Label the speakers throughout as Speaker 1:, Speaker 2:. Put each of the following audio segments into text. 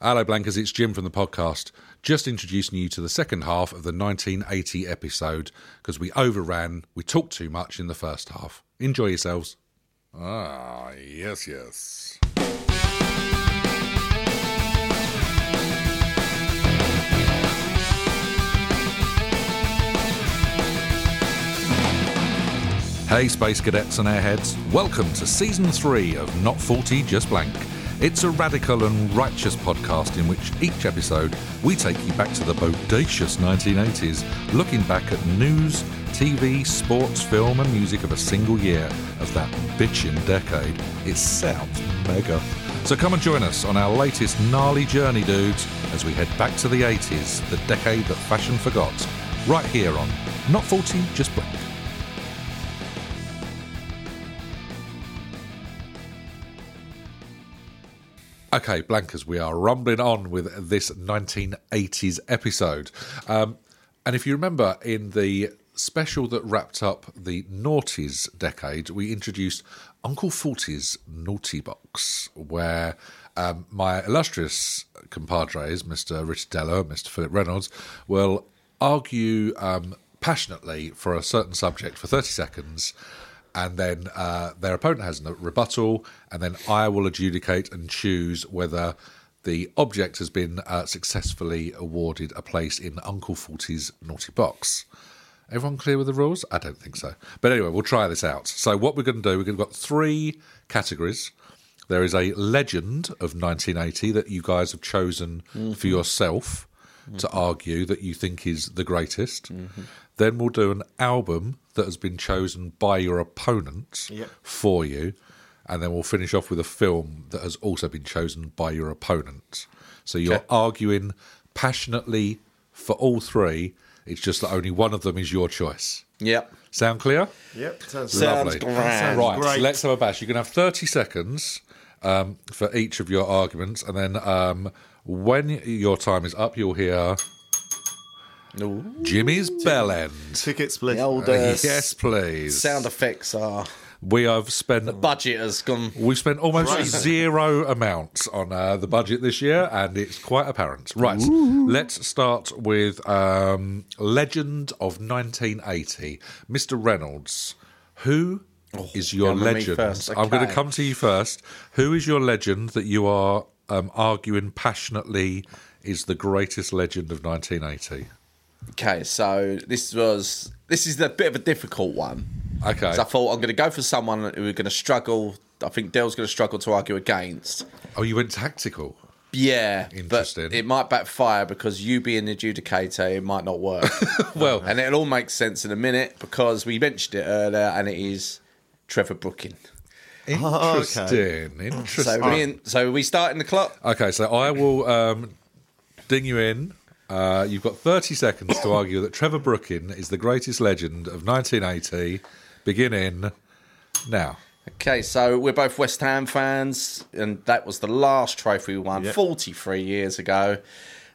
Speaker 1: Hello, Blankers. It's Jim from the podcast. Just introducing you to the second half of the 1980 episode because we overran, we talked too much in the first half. Enjoy yourselves.
Speaker 2: Ah, yes, yes.
Speaker 1: Hey, Space Cadets and Airheads. Welcome to Season 3 of Not 40 Just Blank. It's a radical and righteous podcast in which each episode we take you back to the bodacious 1980s, looking back at news, TV, sports, film, and music of a single year of that bitchin' decade. It sounds mega. So come and join us on our latest gnarly journey, dudes, as we head back to the 80s, the decade that fashion forgot, right here on Not 40 Just Blank. Okay, Blankers, we are rumbling on with this 1980s episode. Um, and if you remember, in the special that wrapped up the noughties decade, we introduced Uncle Forty's Naughty Box, where um, my illustrious compadres, Mr. Richard Dello and Mr. Philip Reynolds, will argue um, passionately for a certain subject for 30 seconds and then uh, their opponent has a rebuttal, and then I will adjudicate and choose whether the object has been uh, successfully awarded a place in Uncle Forty's naughty box. Everyone clear with the rules? I don't think so. But anyway, we'll try this out. So, what we're going to do, we've got three categories. There is a legend of 1980 that you guys have chosen for yourself to argue that you think is the greatest. Then we'll do an album that has been chosen by your opponent
Speaker 3: Yep.
Speaker 1: for you. And then we'll finish off with a film that has also been chosen by your opponent. So you're arguing passionately for all three. It's just that only one of them is your choice.
Speaker 3: Yep.
Speaker 1: Sound clear?
Speaker 3: Yep. Sounds
Speaker 1: Lovely.
Speaker 3: Lovely.
Speaker 1: Right,
Speaker 3: Sounds great.
Speaker 1: let's have a bash. You can have 30 seconds um, for each of your arguments, and then um, when your time is up, you'll hear
Speaker 3: Ooh.
Speaker 1: Jimmy's bell end.
Speaker 2: Ticket split.
Speaker 3: The old uh,
Speaker 1: Yes, please.
Speaker 3: sound effects are
Speaker 1: We have spent
Speaker 3: budget has gone.
Speaker 1: We've spent almost
Speaker 2: Right.
Speaker 1: zero amounts on uh, the budget this year, and it's quite apparent. Right, let's start with um, Legend of 1980. Mr. Reynolds, who is your
Speaker 3: Oh, come with me
Speaker 1: legend?
Speaker 3: first,
Speaker 1: I'm going to
Speaker 3: okay.
Speaker 1: come to you first. Who is your legend that you are um, arguing passionately is the greatest legend of 1980?
Speaker 3: Okay, so this was this is a bit of a difficult one.
Speaker 1: Okay.
Speaker 3: 'Cause I thought I'm going to go for someone who are going to struggle. I think Dell's going to struggle to argue against.
Speaker 1: Oh, you went tactical.
Speaker 3: Yeah, but
Speaker 1: Interesting.
Speaker 3: it might backfire because you being the adjudicator, it might not work.
Speaker 1: Well-
Speaker 3: and it'll all make sense in a minute because we mentioned it earlier, and it is Trevor Brooking.
Speaker 2: Oh,
Speaker 1: Interesting.
Speaker 2: okay.
Speaker 1: Interesting.
Speaker 3: So, me and, so are we starting the clock?
Speaker 1: Okay, so I will um, ding you in. Uh, you've got 30 seconds to argue that Trevor Brookin is the greatest legend of 1980. Begin in now.
Speaker 3: Okay, so we're both West Ham fans, and that was the last trophy we won
Speaker 2: Yep.
Speaker 3: 43 years ago.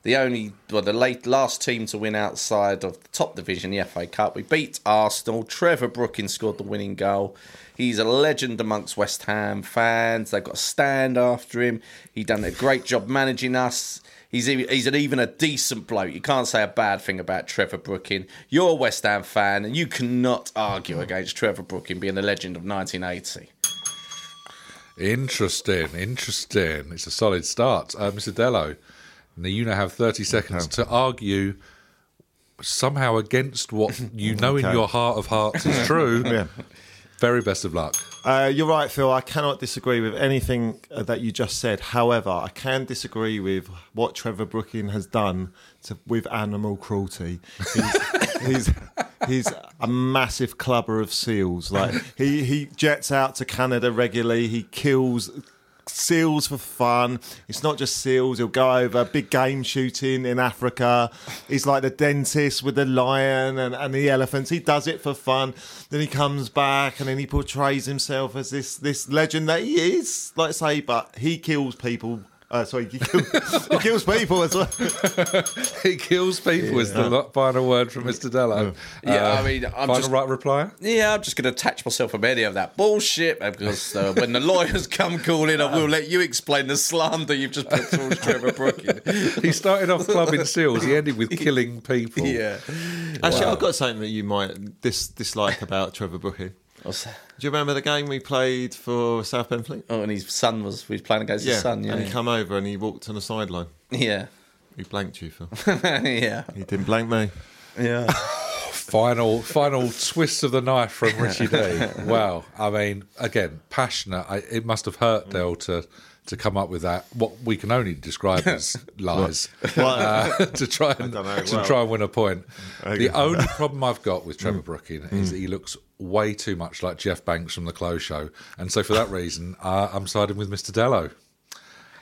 Speaker 3: The only, well, the late last team to win outside of the top division, the FA Cup. We beat Arsenal. Trevor Brooking scored the winning goal. He's a legend amongst West Ham fans. They've got a stand after him. He done a great job managing us. He's even, he's an, even a decent bloke. You can't say a bad thing about Trevor Brooking. You're a West Ham fan, and you cannot argue against Trevor Brooking being a legend of 1980.
Speaker 1: Interesting, interesting. It's a solid start. Uh, Mr. Dello, now you now have 30 seconds to argue somehow against what you know in
Speaker 2: Okay.
Speaker 1: your heart of hearts is true.
Speaker 2: Yeah.
Speaker 1: Very best of luck.
Speaker 2: Uh, you're right, Phil. I cannot disagree with anything uh, that you just said. However, I can disagree with what Trevor Brooking has done to, with animal cruelty. He's, he's, he's a massive clubber of seals. Like he, he jets out to Canada regularly. He kills seals for fun. It's not just seals. He'll go over big game shooting in Africa. He's like the dentist with the lion and, and the elephants. He does it for fun. Then he comes back and then he portrays himself as this this legend that he is. Like I say, but he kills people Uh, sorry, he, kill, he kills people as well.
Speaker 1: it kills people is the lo- final word from Mr. Dello. Uh,
Speaker 3: Yeah, I mean, I'm
Speaker 1: final
Speaker 3: just-
Speaker 1: right reply.
Speaker 3: Yeah, I'm just going to attach myself from any of that bullshit uh, because uh, when the lawyers come calling, I will let you explain the slander you've just put towards Trevor Brooking.
Speaker 1: He started off clubbing seals. He ended with killing people.
Speaker 3: Yeah.
Speaker 2: Actually, I've got something that you might dis- dislike about Trevor Brooking.
Speaker 3: What's that?
Speaker 2: Do you remember the game we played for South Benfleet?
Speaker 3: Oh, and his son was, he was playing against his son. Yeah.
Speaker 2: and he come over and he walked on the sideline.
Speaker 3: yeah.
Speaker 2: He blanked you, Phil.
Speaker 3: yeah.
Speaker 2: he didn't blank me.
Speaker 3: Yeah.
Speaker 1: Final, final twist of the knife from Richie D. Wow. I mean, again, passionate. I, it must have hurt Dell to to come up with that. What we can only describe as lies.
Speaker 2: Well,
Speaker 1: uh, to try and
Speaker 2: don't know,
Speaker 1: to
Speaker 2: well-
Speaker 1: try and win a point. The
Speaker 2: Okay.
Speaker 1: only problem I've got with Trevor Brooking is that he looks way too much like Jeff Banks from the Close Show, and so for that reason, uh, I'm siding with Mr. Dello.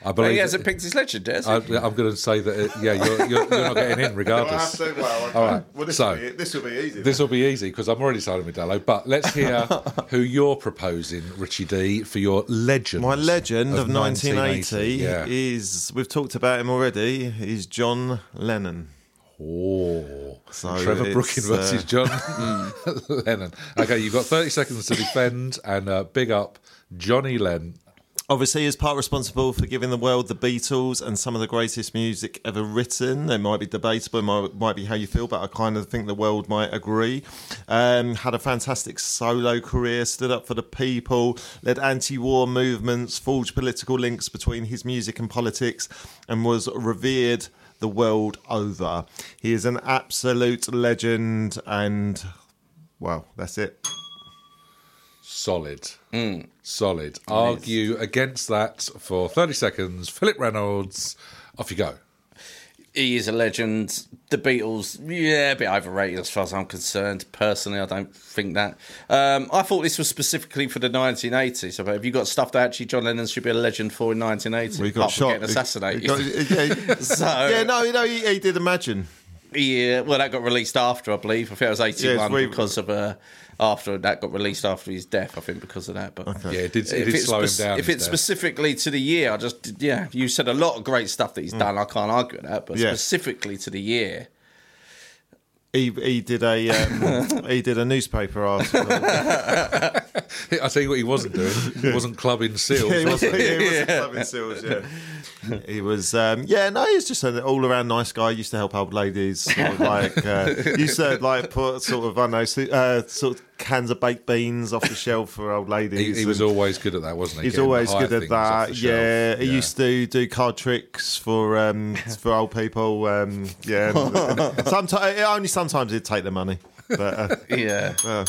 Speaker 1: I
Speaker 3: But
Speaker 1: believe.
Speaker 3: he hasn't picked his legend, has he?
Speaker 1: I, I'm going to say that. It, yeah, you're, you're, you're not getting in regardless. All right. Well, this So- will be-
Speaker 2: this will be easy.
Speaker 1: This will be easy because I'm already siding with Dello. But let's hear who you're proposing, Richie D, for your legend.
Speaker 2: My legend of, 1980
Speaker 1: Yeah.
Speaker 2: is, we've talked about him already, is John Lennon.
Speaker 1: Oh,
Speaker 2: So
Speaker 1: Trevor
Speaker 2: it's,
Speaker 1: Brooking
Speaker 2: uh, hmm.
Speaker 1: versus John Lennon. Okay, you've got 30 seconds to defend and uh, big up Johnny Len.
Speaker 2: Obviously, he's part responsible for giving the world the Beatles and some of the greatest music ever written. It might be debatable, it might, might be how you feel, but I kind of think the world might agree. Um, had a fantastic solo career, stood up for the people, led anti war movements, forged political links between his music and politics, and was revered the world over. He is an absolute legend, and well, that's it.
Speaker 1: Solid. Solid. Argue against that for 30 seconds. Philip Reynolds, off you go.
Speaker 3: he is a legend. The Beatles, yeah, a bit overrated as far as I'm concerned. Personally, I don't think that. Um, I thought this was specifically for the 1980s. But have you got stuff that actually John Lennon should be a legend for in 1980?
Speaker 2: We
Speaker 3: apart
Speaker 2: got
Speaker 3: from
Speaker 2: shot.
Speaker 3: getting assassinated.
Speaker 2: He got- yeah,
Speaker 3: So-
Speaker 2: yeah, no, you know, he, he did imagine.
Speaker 3: Yeah, well, that got released after, I believe. I think it was
Speaker 2: Yeah,
Speaker 3: 81
Speaker 2: it's way-
Speaker 3: because of uh, after that got released after his death, I think, because of that. But
Speaker 1: Yeah, it did, it
Speaker 3: If
Speaker 1: did
Speaker 3: it's
Speaker 1: slow
Speaker 3: spec-
Speaker 1: him down.
Speaker 3: If
Speaker 1: his
Speaker 3: it's
Speaker 1: death.
Speaker 3: specifically to the year, I just yeah, you said a lot of great stuff that he's done. I can't argue with that, but
Speaker 2: Mm. Yeah.
Speaker 3: specifically to the year,
Speaker 2: He, he did a um, he did a newspaper article.
Speaker 1: I tell you what he wasn't doing. He wasn't clubbing seals.
Speaker 2: yeah, he
Speaker 1: was
Speaker 2: was,
Speaker 1: he?
Speaker 2: he was clubbing seals. Yeah, he was. Um, yeah, no, he was just an all around nice guy. Used to help old ladies. Sort of like uh, used to like put sort of I don't know su- uh, sort of cans of baked beans off the shelf for old ladies.
Speaker 1: He, he was
Speaker 2: and-
Speaker 1: always good at that, wasn't he?
Speaker 2: He's
Speaker 1: Getting
Speaker 2: always
Speaker 1: high
Speaker 2: good at
Speaker 1: things off
Speaker 2: that.
Speaker 1: the shelf.
Speaker 2: Yeah, he used to do card tricks for um, for old people. Um, yeah, sometimes only sometimes he'd take the money. But uh,
Speaker 3: yeah.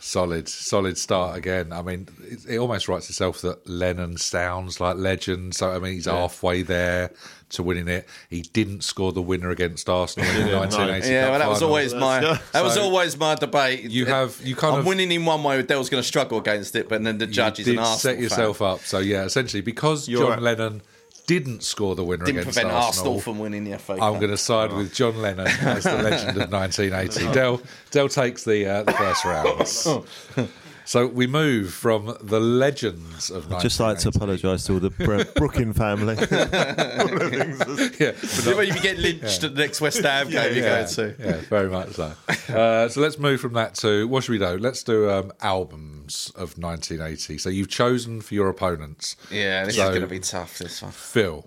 Speaker 1: Solid, solid start again. I mean, it, it almost writes itself that Lennon sounds like legend. So I mean, he's halfway there to winning it. He didn't score the winner against Arsenal in the
Speaker 2: no.
Speaker 1: 1980.
Speaker 3: Yeah,
Speaker 1: Cup
Speaker 3: well, that was
Speaker 1: final.
Speaker 3: always my
Speaker 2: go.
Speaker 3: that was always my debate.
Speaker 1: You have- you kind
Speaker 3: I'm
Speaker 1: of-
Speaker 3: winning in one way. Dale's going to struggle against it, but then the
Speaker 1: You
Speaker 3: judge is an
Speaker 1: did
Speaker 3: Arsenal
Speaker 1: set yourself
Speaker 3: fan.
Speaker 1: up. So yeah, essentially because
Speaker 2: You're
Speaker 1: John
Speaker 2: right.
Speaker 1: Lennon didn't score the winner
Speaker 3: Didn't
Speaker 1: against
Speaker 3: prevent
Speaker 1: Arsenal.
Speaker 3: Arsenal, from winning the FA.
Speaker 1: I'm
Speaker 3: Cup.
Speaker 1: going to side with John Lennon as the legend of 1980. Dell Dell takes the uh, the first round. So we move from the legends of 1980.
Speaker 2: just like to apologise to all the Bre- Brooklyn family. all the things that's-
Speaker 1: yeah, but
Speaker 3: You know, you get lynched at the next West Ham game you go to.
Speaker 1: Yeah, very much so. Uh, so let's move from that to what should we do? Let's do um, albums of 1980. So you've chosen for your opponents,
Speaker 3: Yeah, this
Speaker 1: So-
Speaker 3: is going to be tough. This one.
Speaker 1: Phil.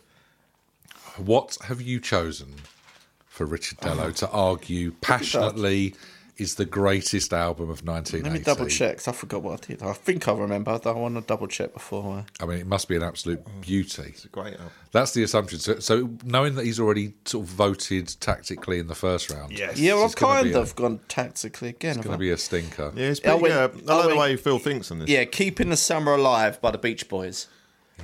Speaker 1: What have you chosen for Richard Dello
Speaker 3: Oh.
Speaker 1: to argue passionately is the greatest album of 1980?
Speaker 3: Let me double check. 'cause I forgot what I did. I think I remember. I want to double check before.
Speaker 1: I mean, it must be an absolute beauty.
Speaker 2: Great album.
Speaker 1: That's the assumption. So, so knowing that he's already sort of voted tactically in the first round,
Speaker 2: Yes.
Speaker 3: yeah, well,
Speaker 1: it's
Speaker 3: I've
Speaker 1: gonna be
Speaker 3: kind
Speaker 1: a-
Speaker 3: of gone tactically again.
Speaker 1: going to
Speaker 3: haven't I?
Speaker 1: be a stinker.
Speaker 2: Yeah, it's
Speaker 3: I
Speaker 2: pretty
Speaker 3: went-
Speaker 2: good.
Speaker 3: I
Speaker 2: I like the
Speaker 3: went-
Speaker 2: way Phil thinks on this.
Speaker 3: Yeah, keeping the summer alive by the Beach Boys.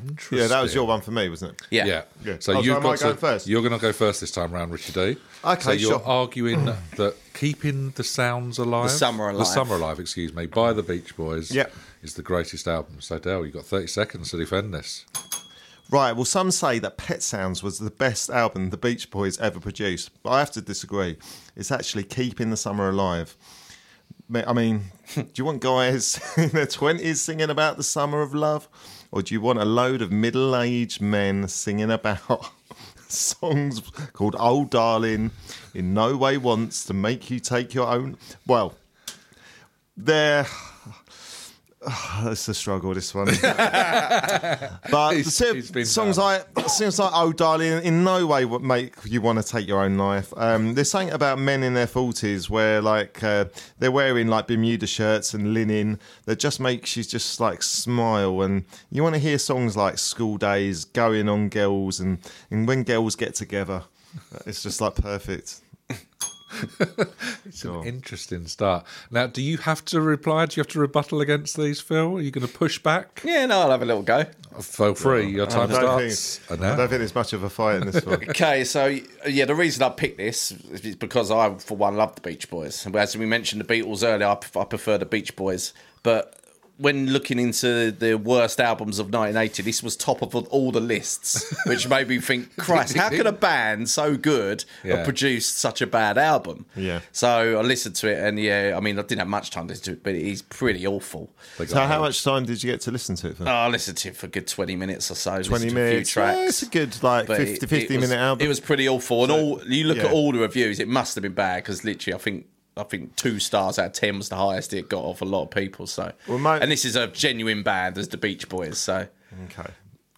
Speaker 1: Interesting.
Speaker 2: Yeah, that was your one for me, wasn't it?
Speaker 3: Yeah,
Speaker 1: Yeah.
Speaker 2: Yeah.
Speaker 1: So
Speaker 2: Oh, so
Speaker 1: you've
Speaker 2: am I
Speaker 1: got to,
Speaker 2: going first?
Speaker 1: You're going to go first this time round, Richard D.
Speaker 2: Okay,
Speaker 1: So you're
Speaker 2: sure.
Speaker 1: arguing that keeping the sounds alive,
Speaker 3: summer
Speaker 1: the
Speaker 3: alive.
Speaker 1: summer alive, excuse me, by the Beach Boys,
Speaker 2: Yep.
Speaker 1: is the greatest album. So Dale, you've got 30 seconds to defend this.
Speaker 2: Right. Well, some say that Pet Sounds was the best album the Beach Boys ever produced, but I have to disagree. It's actually Keeping the Summer Alive. Ma- I mean, do you want guys in their twenties singing about the summer of love? or do you want a load of middle-aged men singing about songs called "Old Darling"? In no way wants to make you take your own. Well, there. It's a struggle, this one. but
Speaker 1: He's-
Speaker 2: the sort of
Speaker 1: he's been
Speaker 2: songs
Speaker 1: down.
Speaker 2: like songs like "Oh Darling" in no way would make you want to take your own life. Um, there's something about men in their forties where like uh, they're wearing like Bermuda shirts and linen that just makes you just like smile. And you want to hear songs like "School Days," "Going on Girls," and and when girls get together, it's just like perfect.
Speaker 1: It's an interesting start. Now, do you have to reply? Do you have to rebuttal against these, Phil? Are you going to push back?
Speaker 3: Yeah, no, I'll have a little go.
Speaker 1: Feel free. Your time
Speaker 2: I don't,
Speaker 1: starts.
Speaker 2: think,
Speaker 1: And
Speaker 2: I
Speaker 1: now.
Speaker 2: don't think there's much of a fight in this one.
Speaker 3: Okay, so yeah, the reason I picked this is because I, for one, love the Beach Boys. And As we mentioned the Beatles earlier, I prefer, I prefer the Beach Boys. But when looking into the worst albums of 1980, this was top of all the lists, which made me think, Christ, how could a band so good
Speaker 1: Yeah.
Speaker 3: have produced such a bad album?
Speaker 2: Yeah.
Speaker 3: So I listened to it, and yeah, I mean, I didn't have much time to listen to it, but it is pretty awful. Oh,
Speaker 1: They got
Speaker 2: So, how
Speaker 1: it.
Speaker 2: much time did you get to listen to it for?
Speaker 3: I listened to it for a good 20 minutes or so.
Speaker 2: 20
Speaker 3: listened to a few
Speaker 2: minutes. Yeah, it's a good like
Speaker 3: but
Speaker 2: 50, 50
Speaker 3: was,
Speaker 2: minute album.
Speaker 3: It was pretty awful, and all you look
Speaker 2: yeah.
Speaker 3: at all the reviews, it must have been bad because literally, I think I think two stars out of ten was the highest it got off a lot of people. So,
Speaker 2: Well, my-
Speaker 3: and this is a genuine band as the Beach Boys. So,
Speaker 2: okay.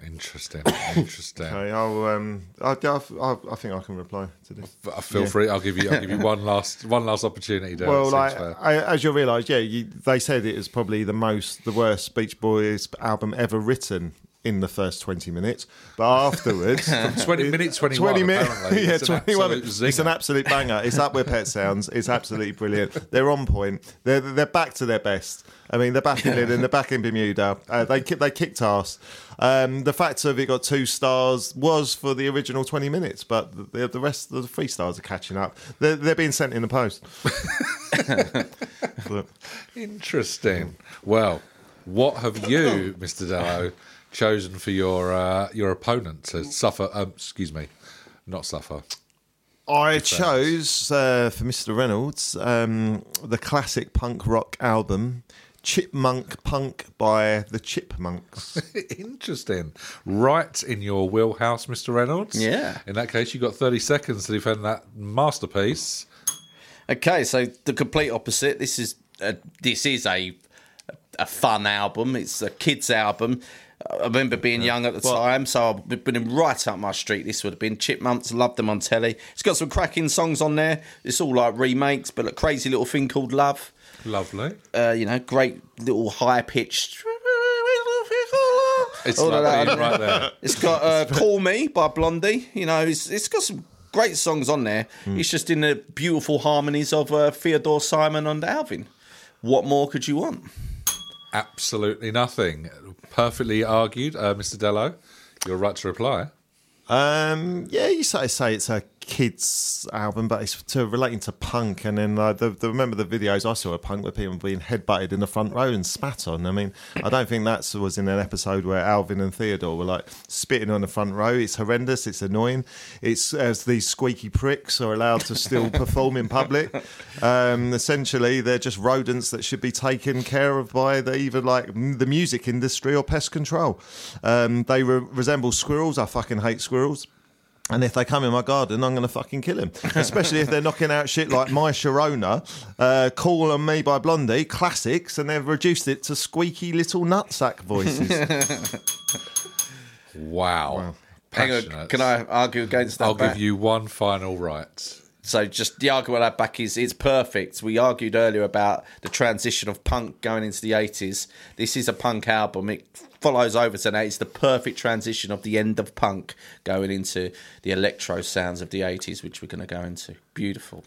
Speaker 1: Interesting. Interesting.
Speaker 2: Okay, I'll, um, I, I, I think I can reply to this.
Speaker 1: F- Feel free. I'll give you. I'll give you one last. One last opportunity. Dan. It
Speaker 2: Well,
Speaker 1: seems
Speaker 2: like
Speaker 1: fair.
Speaker 2: I, as you'll realise, yeah, you, they said it was probably the most, the worst Beach Boys album ever written in the first twenty minutes, but afterwards, from
Speaker 1: 20 minutes, 21. apparently.
Speaker 2: yeah,
Speaker 1: It's an
Speaker 2: twenty one.
Speaker 1: absolute
Speaker 2: It's an
Speaker 1: zinger.
Speaker 2: absolute banger. It's up where Pet Sounds. It's absolutely brilliant. They're on point. They're they're back to their best. I mean, they're back in London. They're back in Bermuda. Uh, they ki- they kicked ass. Um, the fact of it got two stars was for the original twenty minutes, but the, the rest of the three stars are catching up. They're, they're being sent in the post. But-
Speaker 1: Interesting. Well, what have you, Mr. Dello, chosen for your uh, your opponent to suffer? Um, excuse me, not suffer.
Speaker 2: I chose uh, for Mr. Reynolds um, the classic punk rock album Chipmunk Punk by the Chipmunks.
Speaker 1: Interesting. Right in your wheelhouse, Mr. Reynolds.
Speaker 3: Yeah.
Speaker 1: In that case, you got 30 seconds to defend that masterpiece.
Speaker 3: okay, so the complete opposite. This is a, this is a a fun album. It's a kids album. I remember being young at the time, so I've been right up my street. This would have been Chipmunks. Loved them on telly. It's got some cracking songs on there. It's all like remakes, but a crazy little thing called Love.
Speaker 1: Lovely.
Speaker 3: uh, you know, great little high pitched.
Speaker 1: It's
Speaker 3: All of
Speaker 1: lovely
Speaker 3: that.
Speaker 1: right there.
Speaker 3: It's got uh, "Call Me" by Blondie. You know, it's it's got some great songs on there.
Speaker 1: Hmm.
Speaker 3: It's just in the beautiful harmonies of uh, Theodore Simon and Alvin. What more could you want?
Speaker 1: Absolutely nothing. Perfectly argued, uh, Mr. Dello. You're right to reply.
Speaker 2: um, yeah, you sort of say it's a kids album, but it's to relating to punk. And then uh, the, the, remember the videos I saw of punk with people being headbutted in the front row and spat on. I mean, I don't think that was in an episode where Alvin and Theodore were like spitting on the front row. It's horrendous. It's annoying. It's as these squeaky pricks are allowed to still perform in public. Um, essentially, they're just rodents that should be taken care of by the, either like m- the music industry or pest control. Um, they re- resemble squirrels. I fucking hate squirrels. And if they come in my garden, I'm going to fucking kill him. Especially if they're knocking out shit like My Sharona, uh, Call on Me by Blondie, classics, and they've reduced it to squeaky little nutsack voices.
Speaker 1: Wow.
Speaker 3: Hang on,
Speaker 1: Passionate.
Speaker 3: can I argue against that?
Speaker 1: I'll
Speaker 3: back?
Speaker 1: give you one final right.
Speaker 3: So just the argument I had back is it's perfect. We argued earlier about the transition of punk going into the eighties. This is a punk album. It follows over to that. It's the perfect transition of the end of punk going into the electro sounds of the eighties, which we're going to go into. Beautiful.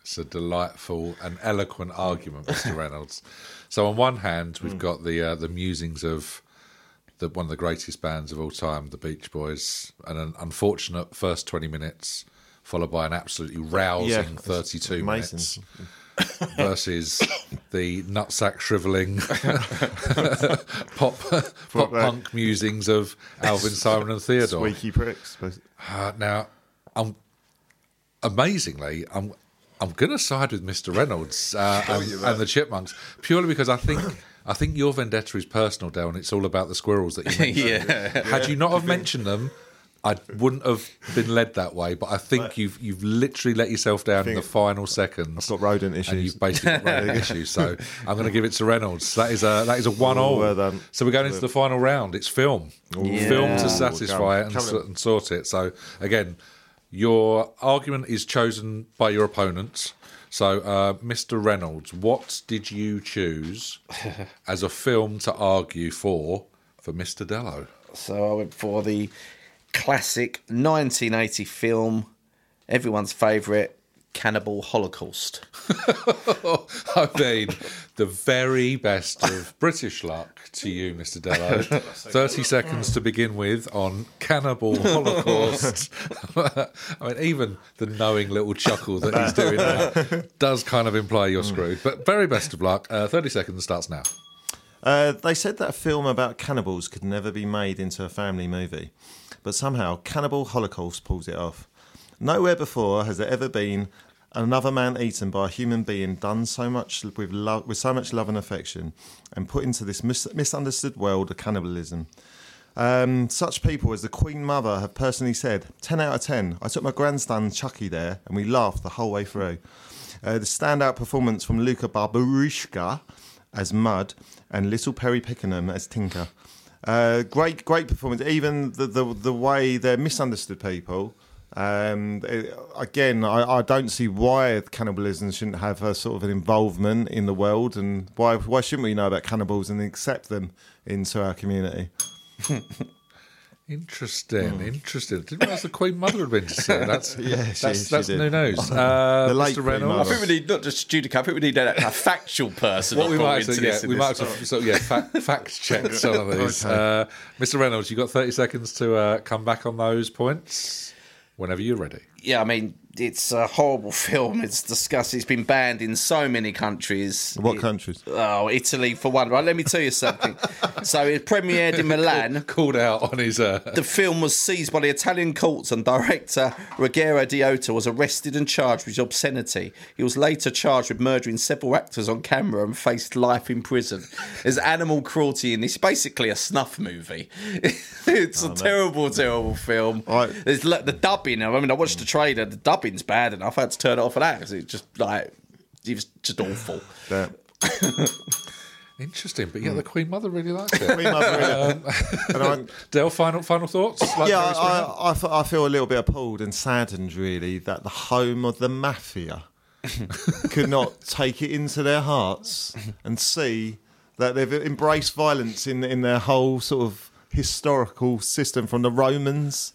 Speaker 1: It's a delightful and eloquent argument, Mr. Reynolds. So, on one hand,
Speaker 2: Hmm.
Speaker 1: we've got the uh, the musings of the, one of the greatest bands of all time, the Beach Boys, and an unfortunate first twenty minutes, followed by an absolutely rousing
Speaker 2: Yeah, it's
Speaker 1: thirty two
Speaker 2: amazing.
Speaker 1: minutes. Versus the nutsack shriveling pop pop
Speaker 2: right.
Speaker 1: punk musings of Alvin Simon and Theodore.
Speaker 2: squeaky pricks. but-
Speaker 1: Uh, now, I'm amazingly, I'm I'm going to side with Mr. Reynolds uh, and, and the Chipmunks purely because I think I think your vendetta is personal, Dale, and it's all about the squirrels that you mentioned.
Speaker 3: yeah.
Speaker 1: Had you not have mentioned them, I wouldn't have been led that way. But I think you've you've literally let yourself down in the final seconds.
Speaker 2: Got
Speaker 1: and
Speaker 2: rodent issues.
Speaker 1: you've basically got rodent issues. So I'm going to give it to Reynolds. That is a that is a one all.
Speaker 2: well done.
Speaker 1: so we're going into the final round. It's film, film
Speaker 3: Yeah.
Speaker 1: to satisfy it and,
Speaker 2: Come on.
Speaker 1: s- and sort it. So again, your argument is chosen by your opponent. So, uh, Mr. Reynolds, what did you choose as a film to argue for for Mr. Dello?
Speaker 3: So I went for the classic 1980 film, everyone's favourite, Cannibal Holocaust.
Speaker 1: I mean, the very best of British luck to you, Mr. Dello. 30 seconds to begin with on Cannibal Holocaust. I mean, even the knowing little chuckle that he's doing there does kind of imply you're screwed. But very best of luck. Uh, 30 seconds starts now.
Speaker 2: Uh, they said that a film about cannibals could never be made into a family movie, but somehow Cannibal Holocaust pulls it off. Nowhere before has there ever been another man eaten by a human being done so much with love, with so much love and affection, and put into this mis- misunderstood world of cannibalism. Um, such people as the Queen Mother have personally said, 10 out of 10. I took my grandson Chucky there and we laughed the whole way through. Uh, the standout performance from Luca Barbarishka as Mud and Little Perry Pickenham as Tinker. Uh, great, great performance. Even the, the, the way they're misunderstood people. Um, it- again, I, I don't see why cannibalism shouldn't have a sort of an involvement in the world, and why why shouldn't we know about cannibals and accept them into our community?
Speaker 1: Interesting, interesting. Didn't realise the Queen Mother had been to see. it. That's
Speaker 2: Hmm. Yeah, she-
Speaker 1: that's,
Speaker 2: she
Speaker 1: that's
Speaker 2: did.
Speaker 1: new news. Uh,
Speaker 2: The late
Speaker 1: Mr.
Speaker 2: Queen
Speaker 1: Reynolds,
Speaker 2: Mother.
Speaker 3: I think we need not just Judica, I think we need a, a factual person.
Speaker 1: What we
Speaker 3: brought
Speaker 1: might
Speaker 3: into
Speaker 1: have to, yeah,
Speaker 3: this in
Speaker 1: we
Speaker 3: this. Oh.
Speaker 1: might have to sort of, yeah, fact, fact check some of these. Uh, Mr. Reynolds, you've got 30 seconds to uh, come back on those points whenever you're ready.
Speaker 3: yeah, I mean, it's a horrible film. It's disgusting. It's been banned in so many countries.
Speaker 2: What
Speaker 3: It-
Speaker 2: countries?
Speaker 3: Oh, Italy for one. Right, let me tell you something. so it premiered in Milan.
Speaker 1: Called out on his. Uh,
Speaker 3: The film was seized by the Italian courts, and director Ruggero Diotta was arrested and charged with obscenity. He was later charged with murdering several actors on camera and faced life in prison. There's animal cruelty in this. Basically, a snuff movie. it's a terrible, terrible film.
Speaker 2: I-
Speaker 3: There's like, the dubbing. I mean, I watched the trailer. The dubbing's bad enough. I had to turn it off for that 'cause it's just like it was just awful.
Speaker 2: Yeah.
Speaker 1: interesting, but
Speaker 3: Hmm.
Speaker 1: yeah, the Queen Mother really likes it.
Speaker 2: And I-
Speaker 1: Dell, final final thoughts? Like
Speaker 2: yeah,
Speaker 1: Jerry's been out?
Speaker 2: I, I, I fe- I feel a little bit appalled and saddened, really, that the home of the mafia could not take it into their hearts and see that they've embraced violence in in their whole sort of historical system, from the Romans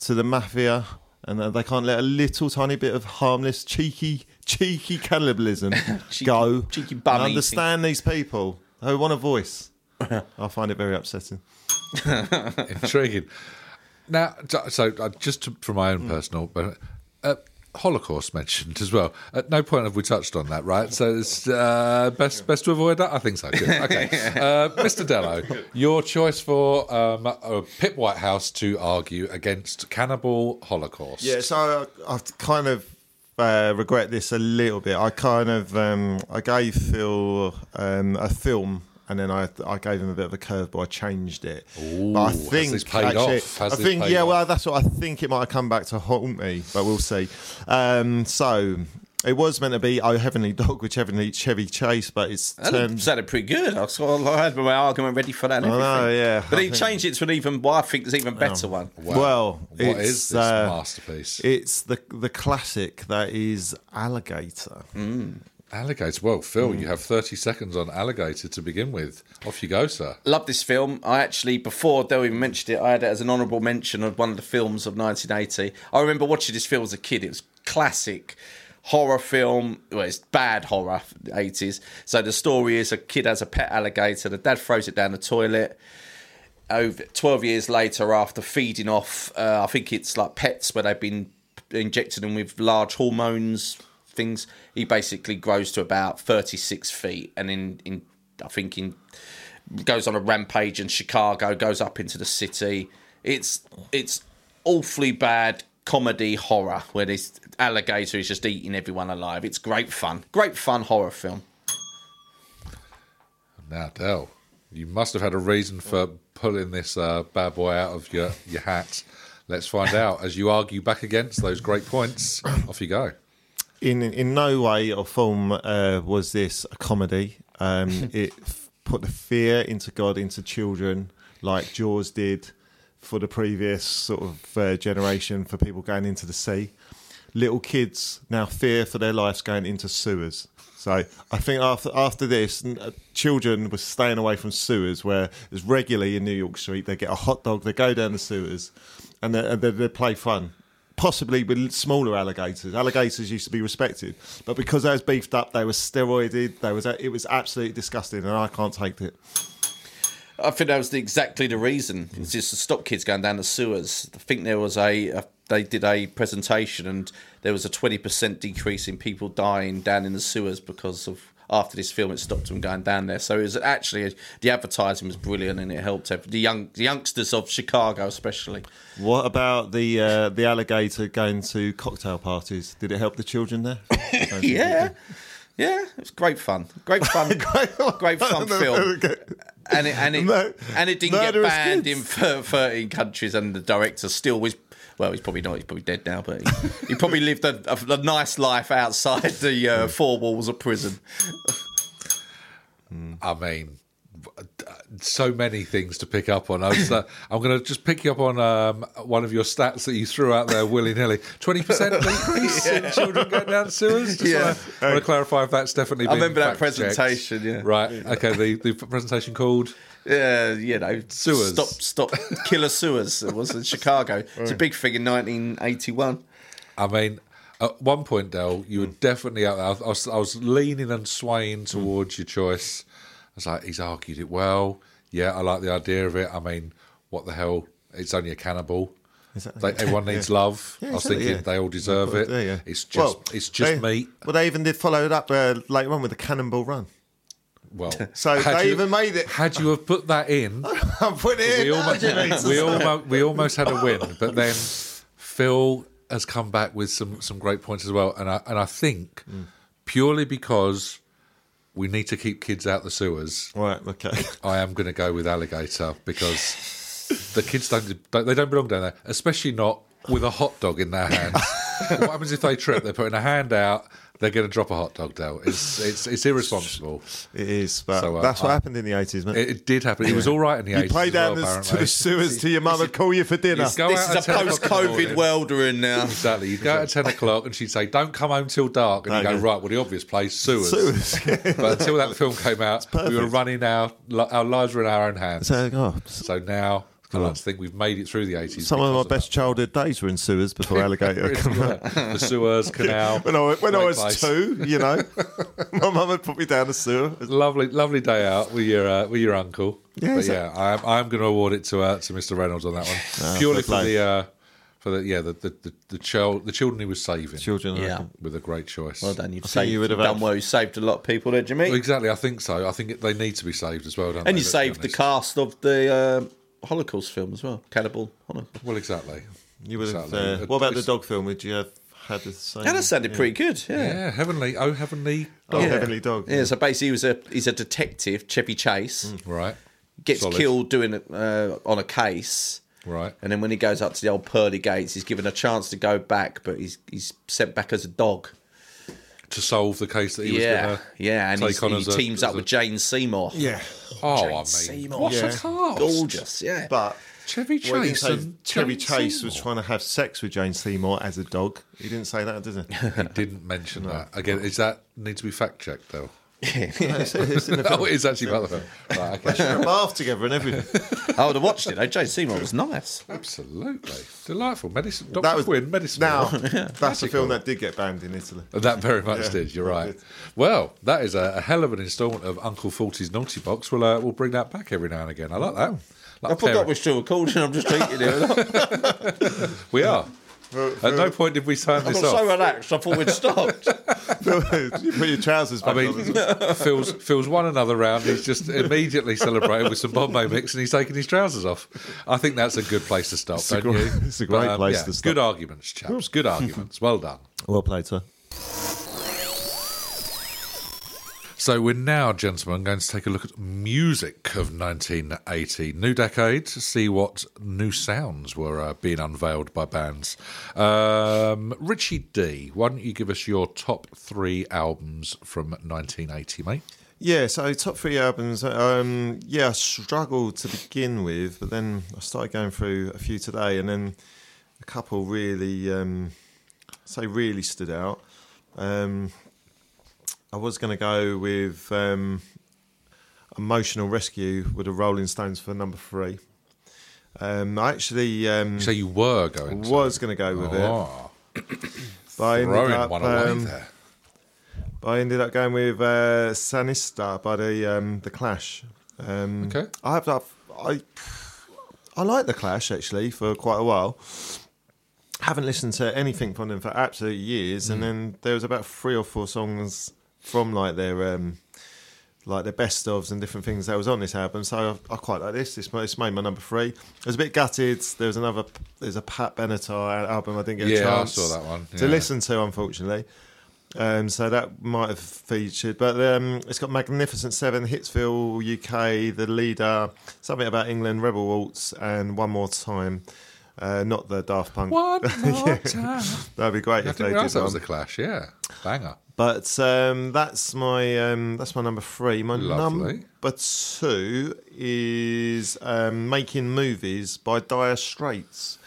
Speaker 2: to the mafia, and that they can't let a little tiny bit of harmless, cheeky, cheeky cannibalism go.
Speaker 3: cheeky bum
Speaker 2: And
Speaker 3: eating.
Speaker 2: understand these people who want a voice. I find it very upsetting.
Speaker 1: Intriguing. Now, j- so uh, just to, from my own personal, but uh, Holocaust mentioned as well. At no point have we touched on that, right? So it's uh, best best to avoid that. I think so. Good. Okay, uh, Mr. Dello, your choice for um, uh, Pip Whitehouse to argue against cannibal Holocaust.
Speaker 2: Yeah, so I, I kind of uh, regret this a little bit. I kind of um, I gave Phil um, a film. And then I, I gave him a bit of a curve, but I changed it. but I
Speaker 1: has this paid off? Has
Speaker 2: I
Speaker 1: this
Speaker 2: think,
Speaker 1: paid
Speaker 2: yeah,
Speaker 1: off?
Speaker 2: well, that's what I think. It might have come back to haunt me, but we'll see. Um, so it was meant to be "Oh Heavenly Dog" with Chevy, Chevy Chase, but it's
Speaker 3: That
Speaker 2: turned.
Speaker 3: sounded pretty good. I saw I had my argument ready for that.
Speaker 2: I
Speaker 3: And
Speaker 2: know,
Speaker 3: everything.
Speaker 2: yeah.
Speaker 3: But
Speaker 2: I
Speaker 3: he
Speaker 2: think-
Speaker 3: changed it to an even. Well, I think there's even better one.
Speaker 1: Wow.
Speaker 2: Well,
Speaker 1: What
Speaker 2: it's,
Speaker 1: is this
Speaker 2: uh,
Speaker 1: masterpiece?
Speaker 2: It's the the classic that is Alligator.
Speaker 1: Alligator. Well, Phil,
Speaker 2: Hmm.
Speaker 1: you have thirty seconds on alligator to begin with. Off you go, sir.
Speaker 3: Love this film. I actually, before Dell even mentioned it, I had it as an honourable mention of one of the films of 1980. I remember watching this film as a kid. It was classic horror film. Well, it's bad horror, 80s. So the story is a kid has a pet alligator. The dad throws it down the toilet. over 12 years later after feeding off uh, i think it's like pets where they've been injecting them with large hormones things he basically grows to about 36 feet and in, in i think in goes on a rampage in chicago goes up into the city it's it's awfully bad comedy horror where this alligator is just eating everyone alive it's great fun great fun horror film
Speaker 1: Now, Dell, you must have had a reason for pulling this uh, bad boy out of your, your hat. Let's find out as you argue back against those great points. Off you go.
Speaker 2: in in no way or form uh, was this a comedy. Um, it f- put the fear into God into children, like Jaws did for the previous sort of uh, generation for people going into the sea. Little kids now fear for their lives going into sewers. So I think after after this, n- uh, children were staying away from sewers, where it's regularly in New York Street they get a hot dog, they go down the sewers, and they, and they, they play fun possibly with smaller alligators. Alligators used to be respected, but because they was beefed up, they were steroided. They was it was absolutely disgusting, and I can't take it.
Speaker 3: I think that was the, exactly the reason. It's just to stop kids going down the sewers. I think there was a, a they did a presentation and there was a twenty percent decrease in people dying down in the sewers because of after this film it stopped them going down there. So it was actually the advertising was brilliant and it helped ev- the young the youngsters of Chicago especially.
Speaker 2: What about the uh, the alligator going to cocktail parties? Did it help the children there?
Speaker 3: Yeah. Yeah, it was great fun. Great fun. great fun film. And it and it
Speaker 2: No.
Speaker 3: and it didn't get
Speaker 2: Murderous
Speaker 3: banned
Speaker 2: kids.
Speaker 3: in thir- thirteen countries. And the director still was. Well, he's probably not. He's probably dead now, but he, he probably lived a, a, a nice life outside the uh, four walls of prison.
Speaker 1: I mean, uh, so many things to pick up on. I was, uh, I'm going to just pick you up on um, one of your stats that you threw out there willy nilly. 20% decrease in children going down sewers? Just
Speaker 3: Yeah.
Speaker 1: I want to clarify if that's definitely
Speaker 3: I
Speaker 1: been
Speaker 3: remember that
Speaker 1: fact-checked.
Speaker 3: presentation, yeah.
Speaker 1: Right. Okay. The, the presentation called.
Speaker 3: Yeah, Uh, you know,
Speaker 1: Sewers.
Speaker 3: Stop, stop, killer sewers. It was in Chicago. It's a big thing in 1981.
Speaker 1: I mean, at one point, Dale, you were definitely out there. I was, I was leaning and swaying towards your choice. I was like, he's argued it well. Yeah, I like the idea of it. I mean, what the hell? It's only a cannibal.
Speaker 2: Exactly.
Speaker 1: They, everyone needs love. I was
Speaker 2: exactly,
Speaker 1: thinking
Speaker 2: yeah.
Speaker 1: they all deserve it.
Speaker 2: There you go.
Speaker 1: It's just
Speaker 2: Well,
Speaker 1: it's just
Speaker 2: they-
Speaker 1: meat.
Speaker 2: Well, they even did follow it up uh, later on with the Cannonball Run.
Speaker 1: Well,
Speaker 2: So
Speaker 1: had
Speaker 2: they
Speaker 1: you-
Speaker 2: even made it.
Speaker 1: Had you have put that in,
Speaker 2: I'm putting it.
Speaker 1: we
Speaker 2: in.
Speaker 1: almost, we, almost, we almost had a win, but then Phil has come back with some, some great points as well. And I, and I think purely because we need to keep kids out the sewers,
Speaker 2: Right. Okay.
Speaker 1: I am going to go with alligator because the kids don't, don't- they don't belong down there, especially not with a hot dog in their hand. what happens if they trip? They're putting a hand out. They're going to drop a hot dog down. It's it's it's irresponsible.
Speaker 2: It is, but
Speaker 1: So, uh,
Speaker 2: that's what
Speaker 1: I-
Speaker 2: happened in the 80s, man.
Speaker 1: It, it did happen. It was all right in the
Speaker 2: you
Speaker 1: eighties.
Speaker 2: play
Speaker 1: well,
Speaker 2: down the, to
Speaker 1: apparently.
Speaker 2: the sewers to your mum and call you for dinner.
Speaker 1: Go
Speaker 3: this
Speaker 1: out
Speaker 3: is
Speaker 1: at
Speaker 3: a
Speaker 1: 10 o'clock in the
Speaker 3: post-COVID
Speaker 1: morning.
Speaker 3: world we're in now.
Speaker 1: Exactly. You go at 10 o'clock and she'd say, Don't come home till dark. And you
Speaker 2: No,
Speaker 1: go,
Speaker 2: no.
Speaker 1: Right, well, the obvious place, sewers.
Speaker 2: Sewers.
Speaker 1: but until that film came out, we were
Speaker 2: perfect.
Speaker 1: running our, li- our lives were in our own hands. So,
Speaker 2: So, oh,
Speaker 1: now, I like to think we've made it through the 80s.
Speaker 2: some of my
Speaker 1: because
Speaker 2: best childhood days were in sewers before alligator.
Speaker 1: that. Yeah. the sewers, canal.
Speaker 2: when I, when I
Speaker 1: great
Speaker 2: was
Speaker 1: place.
Speaker 2: two, you know, my mum would put me down a sewer.
Speaker 1: Lovely, lovely day out with your uh, with your uncle.
Speaker 2: Yeah,
Speaker 1: but
Speaker 2: it's a-
Speaker 1: yeah, I'm I'm going to award it to uh, to Mr. Reynolds on that one purely
Speaker 2: Ah, fair
Speaker 1: for
Speaker 2: play.
Speaker 1: the uh, for the yeah the the, the, the child the children he was saving
Speaker 2: Children, I
Speaker 3: Yeah.
Speaker 2: reckon.
Speaker 1: with a great choice.
Speaker 3: Well done, you've
Speaker 2: think
Speaker 3: saved.
Speaker 2: you
Speaker 3: You
Speaker 2: would have
Speaker 3: done
Speaker 2: had-
Speaker 3: well. You saved a lot of people there, Jimmy.
Speaker 1: Well, exactly, I think so. I think it, they need to be saved as well, don't
Speaker 3: And
Speaker 1: they?
Speaker 3: you
Speaker 1: Let's be
Speaker 3: saved the
Speaker 1: honest.
Speaker 3: cast of the uh, Holocaust film as well, Cannibal Holocaust.
Speaker 1: Well, exactly.
Speaker 2: You would have.
Speaker 1: Exactly.
Speaker 2: Uh, what about the
Speaker 1: It's-
Speaker 2: dog film? Would you have had the same?
Speaker 3: Yeah, that sounded pretty good. Yeah.
Speaker 1: Yeah, heavenly. Oh, heavenly.
Speaker 2: Oh,
Speaker 3: Yeah.
Speaker 2: Heavenly Dog.
Speaker 3: Yeah, so basically, he was a he's a detective, Chevy Chase,
Speaker 1: Right.
Speaker 3: gets
Speaker 1: Mm, Solid.
Speaker 3: killed doing it uh, on a case,
Speaker 1: Right.
Speaker 3: and then when he goes up to the old pearly gates, he's given a chance to go back, but he's he's sent back as a dog.
Speaker 1: To solve the case that he
Speaker 3: Yeah,
Speaker 1: was going to
Speaker 3: yeah, and
Speaker 1: take
Speaker 3: he's,
Speaker 1: on
Speaker 3: he
Speaker 1: as a-
Speaker 3: teams up
Speaker 1: uh, as a-
Speaker 3: with Jane Seymour.
Speaker 2: Yeah.
Speaker 1: Oh, I
Speaker 3: Jane
Speaker 1: mean,
Speaker 3: Seymour.
Speaker 1: what
Speaker 2: Yeah.
Speaker 1: a cast.
Speaker 3: gorgeous. Yeah,
Speaker 2: But
Speaker 1: Chevy Chase
Speaker 2: well, he didn't say
Speaker 1: and
Speaker 2: Chevy
Speaker 1: Jane
Speaker 2: Chase was
Speaker 1: Seymour.
Speaker 2: trying to have sex with Jane Seymour as a dog. He didn't say that, did he?
Speaker 1: He didn't mention that again. Is that need to be fact checked though?
Speaker 2: it's, it's in the
Speaker 1: Oh,
Speaker 2: film.
Speaker 1: it is actually about the film. Right, okay.
Speaker 2: They're in a bath together and everything.
Speaker 3: I would have watched it. though. Jane Seymour was nice.
Speaker 1: Absolutely delightful. Medicine. Doctor
Speaker 2: That was
Speaker 1: Quinn. Medicine.
Speaker 2: Now
Speaker 1: Man.
Speaker 2: that's a film that did get banned in Italy.
Speaker 1: That very much
Speaker 2: Yeah,
Speaker 1: did. You're
Speaker 2: that
Speaker 1: right.
Speaker 2: did.
Speaker 1: Well, that is a, a hell of an instalment of Uncle Forty's Naughty Box. We'll uh, we'll bring that back every now and again. I like that. Like
Speaker 3: I forgot
Speaker 1: Parent-
Speaker 3: we're still recording. I'm just eating it.
Speaker 1: we are. At no point did we sign
Speaker 3: I
Speaker 1: this
Speaker 3: got
Speaker 1: off.
Speaker 3: so relaxed. I thought we'd stopped.
Speaker 2: you put your trousers
Speaker 1: I
Speaker 2: back on.
Speaker 1: mean, Phil's, Phil's won another round. He's just immediately celebrated with some Bombay mix and he's taking his trousers off. I think that's a good place to stop,
Speaker 2: a
Speaker 1: don't
Speaker 2: gr-
Speaker 1: you? Um,
Speaker 2: it's a great place to stop.
Speaker 1: Good arguments, chaps. Good arguments. Well done.
Speaker 2: Well played, sir.
Speaker 1: So we're now, gentlemen, going to take a look at music of 1980, new decade, to see what new sounds were uh, being unveiled by bands. Um, Richie D, why don't you give us your top three albums from 1980, mate?
Speaker 2: Yeah, so top three albums. Um, yeah, I struggled to begin with, but then I started going through a few today, and then a couple really, um, say, really stood out. Um, I was going to go with um, Emotional Rescue with the Rolling Stones for number three. Um, I actually um,
Speaker 1: So you were going to.
Speaker 2: was going to go with it,
Speaker 1: Ah,
Speaker 2: but I ended
Speaker 1: throwing
Speaker 2: up,
Speaker 1: one away
Speaker 2: um,
Speaker 1: there.
Speaker 2: But I ended up going with uh, Sanista by the um, the Clash. Um,
Speaker 1: Okay.
Speaker 2: I have I've, I I like the Clash actually for quite a while. Haven't listened to anything from them for absolute years,
Speaker 1: Mm.
Speaker 2: and then there was about three or four songs from like their um, like their best ofs and different things that was on this album. So I, I quite like this. This it's made my number three. I was a bit gutted. There was another. There's a Pat Benatar album I didn't get a
Speaker 1: Yeah, I
Speaker 2: chance
Speaker 1: saw that one,
Speaker 2: to
Speaker 1: yeah.
Speaker 2: listen to, unfortunately. Um, so that might have featured, but um, it's got Magnificent Seven, Hitsville, UK, The Leader, something about England, Rebel Waltz, and One More Time. Uh, not the Daft Punk.
Speaker 1: One more time.
Speaker 2: That'd be great
Speaker 1: I
Speaker 2: if they
Speaker 1: didn't
Speaker 2: did
Speaker 1: realise that was
Speaker 2: one.
Speaker 1: the Clash. Yeah, banger.
Speaker 2: But um, that's my um, that's my number three. My
Speaker 1: Lovely.
Speaker 2: number two is um, Making Movies by Dire Straits.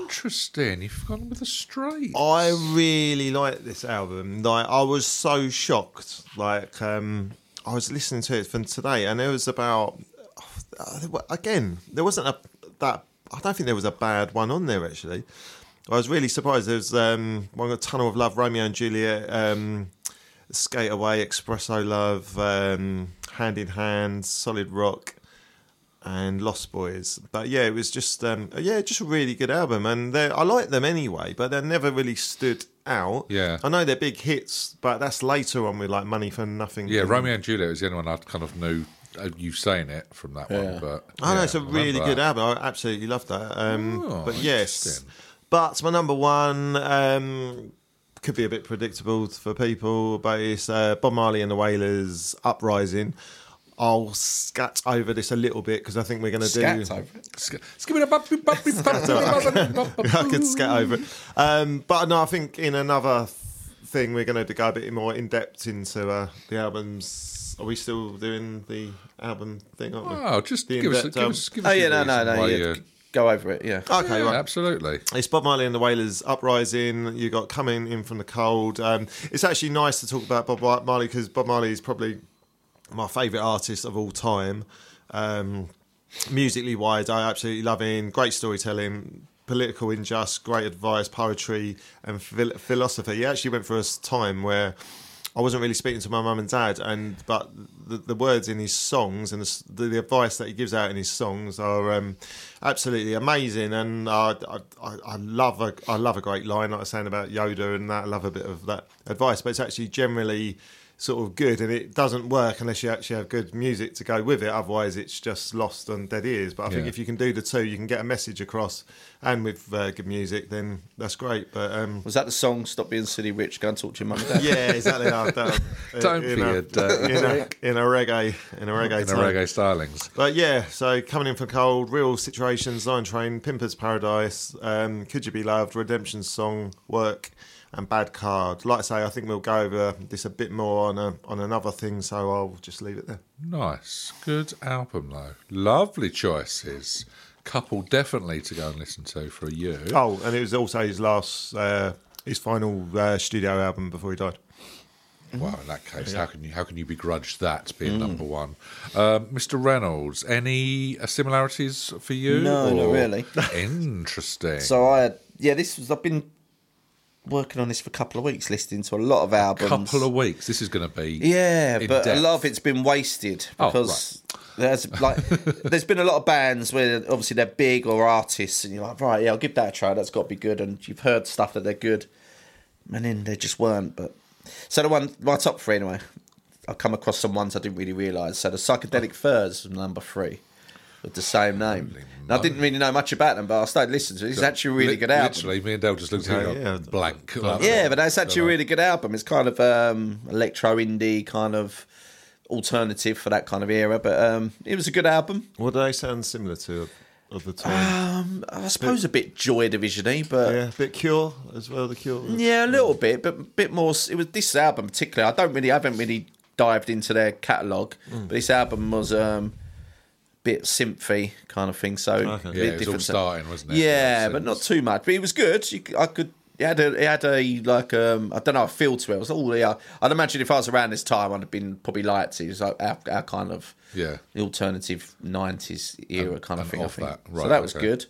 Speaker 1: Interesting. You've gone with the straight.
Speaker 2: I really like this album. Like I was so shocked. Like um, I was listening to it from today, and it was about uh, again. There wasn't a that. I don't think there was a bad one on there actually. I was really surprised. There was um, one got Tunnel of Love, Romeo and Juliet, um, Skate Away, Espresso Love, um, Hand in Hand, Solid Rock and Lost Boys. But yeah, it was just um, yeah, just a really good album, and they I like them anyway, but they never really stood out.
Speaker 1: Yeah.
Speaker 2: I know they're big hits, but that's later on with like Money for Nothing.
Speaker 1: Yeah,
Speaker 2: and-
Speaker 1: Romeo and Juliet was the only one I kind of knew uh, you saying it from that one. But
Speaker 2: I know
Speaker 1: yeah,
Speaker 2: it's a
Speaker 1: I remember
Speaker 2: really
Speaker 1: that.
Speaker 2: good album. I absolutely love that. Um,
Speaker 1: Oh,
Speaker 2: but yes,
Speaker 1: interesting.
Speaker 2: but my number one um, could be a bit predictable for people, but it's uh, Bob Marley and the Wailers' Uprising. I'll scat over this a little bit because I think we're going to do.
Speaker 3: Scat over it.
Speaker 1: Sk- skibidi-bop-bop-bop-bop-bop-bop-bop.
Speaker 2: I could scat over it. Um, but no, I think in another thing we're going to go a bit more in depth into uh, the albums. Are we still doing the album thing? Aren't we?
Speaker 1: Oh, just
Speaker 2: The
Speaker 1: give us,
Speaker 2: in-depth,
Speaker 1: give
Speaker 2: um,
Speaker 1: us, give us
Speaker 3: Oh yeah,
Speaker 1: your
Speaker 3: no, no,
Speaker 1: reason
Speaker 3: no.
Speaker 1: why
Speaker 3: Yeah,
Speaker 1: you-
Speaker 3: go over it. Yeah.
Speaker 2: Okay,
Speaker 1: Yeah,
Speaker 2: right.
Speaker 1: absolutely.
Speaker 2: It's Bob Marley and the Wailers' Uprising. You got coming in from the cold. Um, it's actually nice to talk about Bob Marley because Bob Marley is probably my favourite artist of all time. Um, musically wise, I absolutely love him. Great storytelling, political injustice, great advice, poetry, and phil- philosophy. He actually went through a s- time where I wasn't really speaking to my mum and dad, and but the, the words in his songs and the, s- the, the advice that he gives out in his songs are um, absolutely amazing. And I, I, I I love a I love a great line like I was saying about Yoda and that. I love a bit of that advice, but it's actually generally sort of good, and it doesn't work unless you actually have good music to go with it. Otherwise, it's just lost on dead ears. But I think
Speaker 1: Yeah.
Speaker 2: if you can do the two, you can get a message across, and with uh, good music, then that's great. But um,
Speaker 3: Was that the song "Stop Being Silly Rich"? Go and talk to your mum and dad.
Speaker 2: yeah, exactly. I've done- uh,
Speaker 1: Don't
Speaker 2: in
Speaker 1: be
Speaker 2: a,
Speaker 1: a dirty
Speaker 2: in a, in a reggae in a
Speaker 1: In
Speaker 2: reggae
Speaker 1: a
Speaker 2: time.
Speaker 1: reggae stylings.
Speaker 2: But yeah, so coming in for cold, real situations, Lion Train, Pimper's Paradise, um, Could You Be Loved, Redemption Song, Work, and Bad Card. Like I say, I think we'll go over this a bit more on a, on another thing, so I'll just leave it there.
Speaker 1: Nice. Good album, though. Lovely choices. Couple definitely to go and listen to for a year.
Speaker 2: Oh, and it was also his last, uh, his final uh, studio album before he died.
Speaker 3: Mm-hmm.
Speaker 1: Well, in that case, how can you how can you begrudge that being
Speaker 3: Mm.
Speaker 1: number one, um, Mr. Reynolds? Any uh, similarities for you?
Speaker 3: No, not really.
Speaker 1: Interesting.
Speaker 3: So I had, yeah, this was I've been working on this for a couple of weeks, listening to a lot of albums.
Speaker 1: couple of weeks. This is going to be
Speaker 3: yeah,
Speaker 1: in
Speaker 3: but
Speaker 1: depth.
Speaker 3: a lot of it's been wasted
Speaker 1: Oh,
Speaker 3: because there's like there's been a lot of bands where obviously they're big or artists, and you're like, right, yeah, I'll give that a try. That's got to be good, and you've heard stuff that they're good, and then they just weren't. But so the one my top three anyway. I come across some ones I didn't really realise. So the psychedelic furs was number three. With the same name. And I didn't really know much about them, but I started listening to it. It's actually a really
Speaker 1: Li-
Speaker 3: good album.
Speaker 1: Literally, me and Dale just looked at
Speaker 2: Okay,
Speaker 1: it
Speaker 2: yeah.
Speaker 1: blank. like that.
Speaker 3: Yeah, but that's actually a really good album. It's kind of um, electro indie kind of alternative for that kind of era. But um, it was a good album.
Speaker 2: What do they sound similar to of- of the
Speaker 1: Uh,
Speaker 2: time?
Speaker 3: Um, I suppose a bit Joy Division-y, but
Speaker 2: yeah, a bit Cure as well. The Cure.
Speaker 3: Yeah, a little bit, but a bit more. It was this album particularly. I don't really, I haven't really dived into their catalogue,
Speaker 1: Hmm.
Speaker 3: but this album was um, a bit synthy kind of thing. So
Speaker 2: Okay.
Speaker 3: a bit
Speaker 1: Yeah, it was all
Speaker 3: different.
Speaker 1: starting, wasn't it?
Speaker 3: yeah,
Speaker 1: Since-
Speaker 3: but not too much. But it was good. You, c- I could. It had a, it had a like um, I don't know, a feel to it. It was all yeah. I'd imagine if I was around this time, I'd have been probably liked. It was like our, our kind of
Speaker 1: Yeah.
Speaker 3: alternative '90s era kind of
Speaker 1: and
Speaker 3: thing. I
Speaker 1: of
Speaker 3: think
Speaker 1: that.
Speaker 3: so.
Speaker 1: Right,
Speaker 3: That was
Speaker 1: okay.
Speaker 3: good.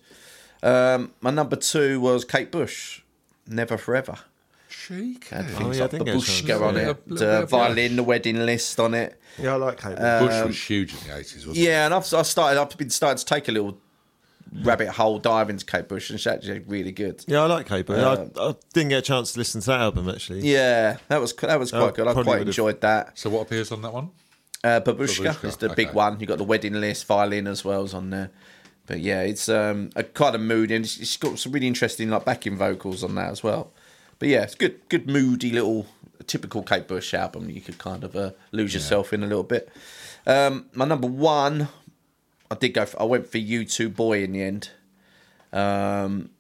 Speaker 3: Um, my number two was Kate Bush, "Never Forever."
Speaker 1: Cheeky.
Speaker 3: had
Speaker 2: Oh,
Speaker 3: things
Speaker 2: yeah, I
Speaker 3: like the
Speaker 2: didn't get a chance to
Speaker 3: Bushka on
Speaker 2: see
Speaker 1: it.
Speaker 3: it,
Speaker 1: Yeah,
Speaker 3: and,
Speaker 1: yeah,
Speaker 3: uh,
Speaker 1: yeah.
Speaker 3: violin, the wedding list on it.
Speaker 2: yeah, I like Kate.
Speaker 1: Bush was huge in the 80s, wasn't he?
Speaker 3: Um, Yeah, and I've, I've started. I've been starting to take a little rabbit hole dive into Kate Bush, and she's actually really good.
Speaker 2: yeah, I like Kate. Bush.
Speaker 1: Uh,
Speaker 2: I, I didn't get a chance to listen to that album actually.
Speaker 3: Yeah, that was that was quite
Speaker 2: Oh,
Speaker 3: good. I
Speaker 2: probably
Speaker 3: quite
Speaker 2: would've-
Speaker 3: enjoyed that.
Speaker 1: So what appears on that one?
Speaker 3: Uh, Babushka,
Speaker 1: Babushka,
Speaker 3: is the
Speaker 1: okay.
Speaker 3: big one. You got the wedding list, violin as well is on there. But yeah, it's um, a kind of mood, and it's- it's got some really interesting like backing vocals on that as well. But yeah, it's good, good moody little typical Kate Bush album. You could kind of uh, lose yourself in a little bit. Um, my number one, I did go. For, I went for you two boy in the end. Um,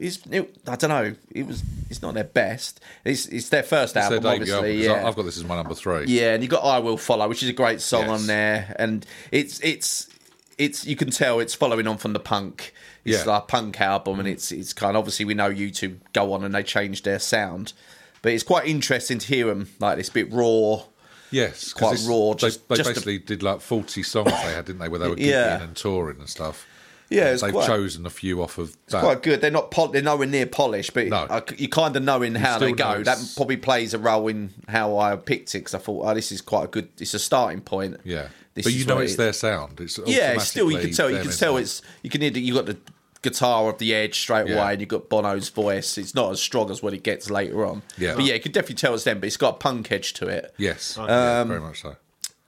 Speaker 3: it's, it, I don't know. It was. It's not their best. It's it's their first
Speaker 1: So
Speaker 3: album,
Speaker 1: Dave
Speaker 3: obviously.
Speaker 1: Gilbert, 'cause I-
Speaker 3: yeah,
Speaker 1: I've got this as my number three.
Speaker 3: yeah, and you got "I Will Follow," which is a great song
Speaker 1: Yes.
Speaker 3: on there, and it's it's it's you can tell it's following on from the punk. It's
Speaker 1: Yeah.
Speaker 3: like a punk album, and it's it's kind of obviously we know you two go on and they change their sound, but it's quite interesting to hear them like this bit raw.
Speaker 1: Yes, 'cause
Speaker 3: Quite
Speaker 1: this-
Speaker 3: raw,
Speaker 1: They,
Speaker 3: just-
Speaker 1: they
Speaker 3: just a-
Speaker 1: basically did like forty songs they had, didn't they? Where they were gigging
Speaker 3: Yeah.
Speaker 1: and touring and stuff.
Speaker 3: Yeah, it's
Speaker 1: they've
Speaker 3: quite-
Speaker 1: chosen a few off of that.
Speaker 3: Quite good. They're not pol- they're nowhere near polished, but
Speaker 1: No.
Speaker 3: I c you kind of knowing how they
Speaker 1: still
Speaker 3: go.
Speaker 1: know
Speaker 3: That
Speaker 1: it's-
Speaker 3: probably plays a role in how I picked it because I thought, oh, this is quite a good. It's a starting point.
Speaker 1: yeah,
Speaker 3: This
Speaker 1: but you
Speaker 3: is
Speaker 1: know
Speaker 3: what
Speaker 1: it's
Speaker 3: it-
Speaker 1: their sound. It's
Speaker 3: yeah, it's still you
Speaker 1: automatically
Speaker 3: can tell you
Speaker 1: them,
Speaker 3: can
Speaker 1: isn't
Speaker 3: tell
Speaker 1: it?
Speaker 3: it's you can hear that you got the guitar of the edge straight
Speaker 1: Yeah.
Speaker 3: away, and you got Bono's voice. It's not as strong as what it gets later on.
Speaker 1: Yeah.
Speaker 3: but yeah, you can definitely tell it's them. But it's got a punk edge to it.
Speaker 1: yes, yeah,
Speaker 3: Um,
Speaker 1: very much so.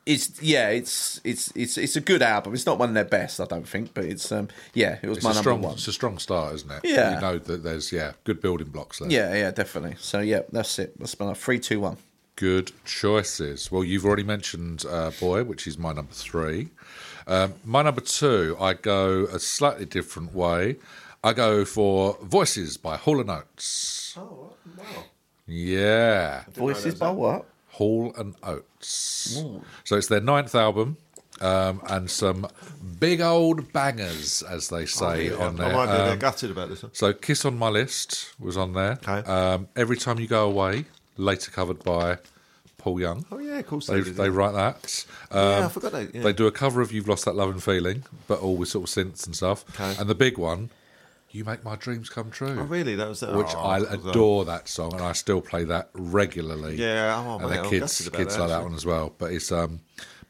Speaker 3: It's yeah, it's it's it's it's a good album. It's not one of their best, I don't think, but it's um yeah, it was
Speaker 1: It's
Speaker 3: my
Speaker 1: a
Speaker 3: number
Speaker 1: strong,
Speaker 3: one.
Speaker 1: it's a strong start, isn't it?
Speaker 3: Yeah.
Speaker 1: you know that there's yeah good building blocks there.
Speaker 3: Yeah, yeah, definitely. So yeah, that's it. That's my three, two, one.
Speaker 1: Good choices. Well, you've already mentioned uh, Boy, which is my number three. Um, my number two, I go a slightly different way. I go for Voices by Hall & Oates.
Speaker 2: Oh wow.
Speaker 1: Yeah.
Speaker 3: Voices by what?
Speaker 1: Hall and Oates. So it's their ninth album, um, and some big old bangers, as they say on
Speaker 2: Oh, I
Speaker 1: there.
Speaker 2: might be a
Speaker 1: Um,
Speaker 2: bit gutted about this Oh, one.
Speaker 1: so "Kiss on My List" was on there.
Speaker 2: Okay.
Speaker 1: Um, Every time you go away, later covered by Paul Young.
Speaker 2: Oh yeah, of course
Speaker 1: They,
Speaker 2: they, did,
Speaker 1: they
Speaker 2: yeah.
Speaker 1: write that.
Speaker 2: yeah, I
Speaker 1: Um,
Speaker 2: forgot that. Yeah.
Speaker 1: They do a cover of "You've Lost That Love and Feeling," but all with sort of synths and stuff.
Speaker 2: Okay.
Speaker 1: And the big one, "You Make My Dreams Come True."
Speaker 2: oh, really, that was that.
Speaker 1: Which
Speaker 2: oh,
Speaker 1: I
Speaker 2: that was, uh,
Speaker 1: adore that song, and I still play that regularly.
Speaker 2: Yeah, oh,
Speaker 1: and
Speaker 2: mate,
Speaker 1: the
Speaker 2: I'm
Speaker 1: kids,
Speaker 2: gutted about
Speaker 1: kids
Speaker 2: that,
Speaker 1: like that
Speaker 2: actually.
Speaker 1: one as well. But it's um,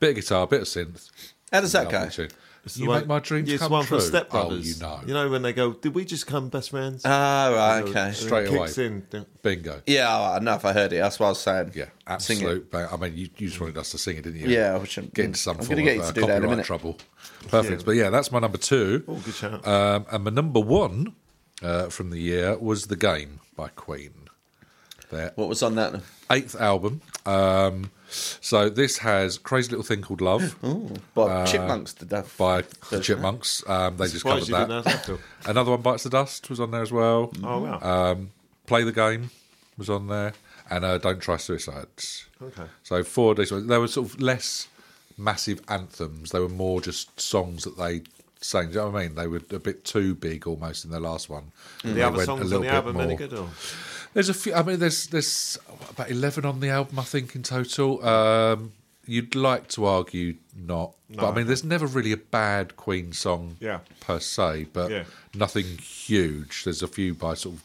Speaker 1: bit of guitar, bit of synth.
Speaker 3: How does that
Speaker 1: Lovely
Speaker 3: go?
Speaker 1: tune.
Speaker 2: It's the
Speaker 1: You
Speaker 2: one-
Speaker 1: make my dreams
Speaker 2: yeah, it's
Speaker 1: come
Speaker 2: the one
Speaker 1: true. Uh,
Speaker 2: From Step
Speaker 1: oh,
Speaker 2: Brothers.
Speaker 1: you know,
Speaker 2: You know when they go, did we just come best friends?
Speaker 3: Ah, right,
Speaker 2: So-
Speaker 3: okay.
Speaker 2: and
Speaker 1: Straight
Speaker 2: it kicks
Speaker 1: away.
Speaker 2: in. Dun-
Speaker 1: bingo.
Speaker 3: Yeah, all right, enough. I heard it. That's what I was saying.
Speaker 1: Yeah,
Speaker 3: Sing it.
Speaker 1: absolute. Bang. I mean, you, you just wanted us to sing it, didn't you?
Speaker 3: Yeah, which I'm
Speaker 1: Get into some
Speaker 3: I'm
Speaker 1: form
Speaker 3: gonna get
Speaker 1: of
Speaker 3: you
Speaker 1: uh,
Speaker 3: to do that in a
Speaker 1: copyright
Speaker 3: minute.
Speaker 1: trouble. Perfect. But yeah, that's my number two.
Speaker 2: Oh, good shout.
Speaker 1: Um, and my number one uh, from the year was "The Game" by Queen. Their
Speaker 3: What was on that? then?
Speaker 1: eighth album. Um, so this has "Crazy Little Thing Called Love" Uh,
Speaker 3: By Chipmunks, the dad.
Speaker 1: by the Chipmunks. Um, they just covered
Speaker 2: Surprised you
Speaker 1: that.
Speaker 2: didn't have that. Phil.
Speaker 1: Another one, "Bites the Dust," was on there as well.
Speaker 2: Oh wow.
Speaker 1: Um, Play the Game was on there, and uh, Don't Try Suicides.
Speaker 2: Okay.
Speaker 1: So four days. They were sort of less massive anthems. They were more just songs that they sang. Do you know what I mean? They were a bit too big almost in their last one. They
Speaker 2: Mm. the other
Speaker 1: went a
Speaker 2: songs
Speaker 1: little
Speaker 2: on the
Speaker 1: bit
Speaker 2: album any
Speaker 1: more.
Speaker 2: good? Or?
Speaker 1: There's a few. I mean, there's there's about eleven on the album, I think, in total. Um, you'd like to argue not, but I mean, there's never really a bad Queen song,
Speaker 2: Yeah.
Speaker 1: per se, but
Speaker 2: Yeah.
Speaker 1: nothing huge. There's a few by sort of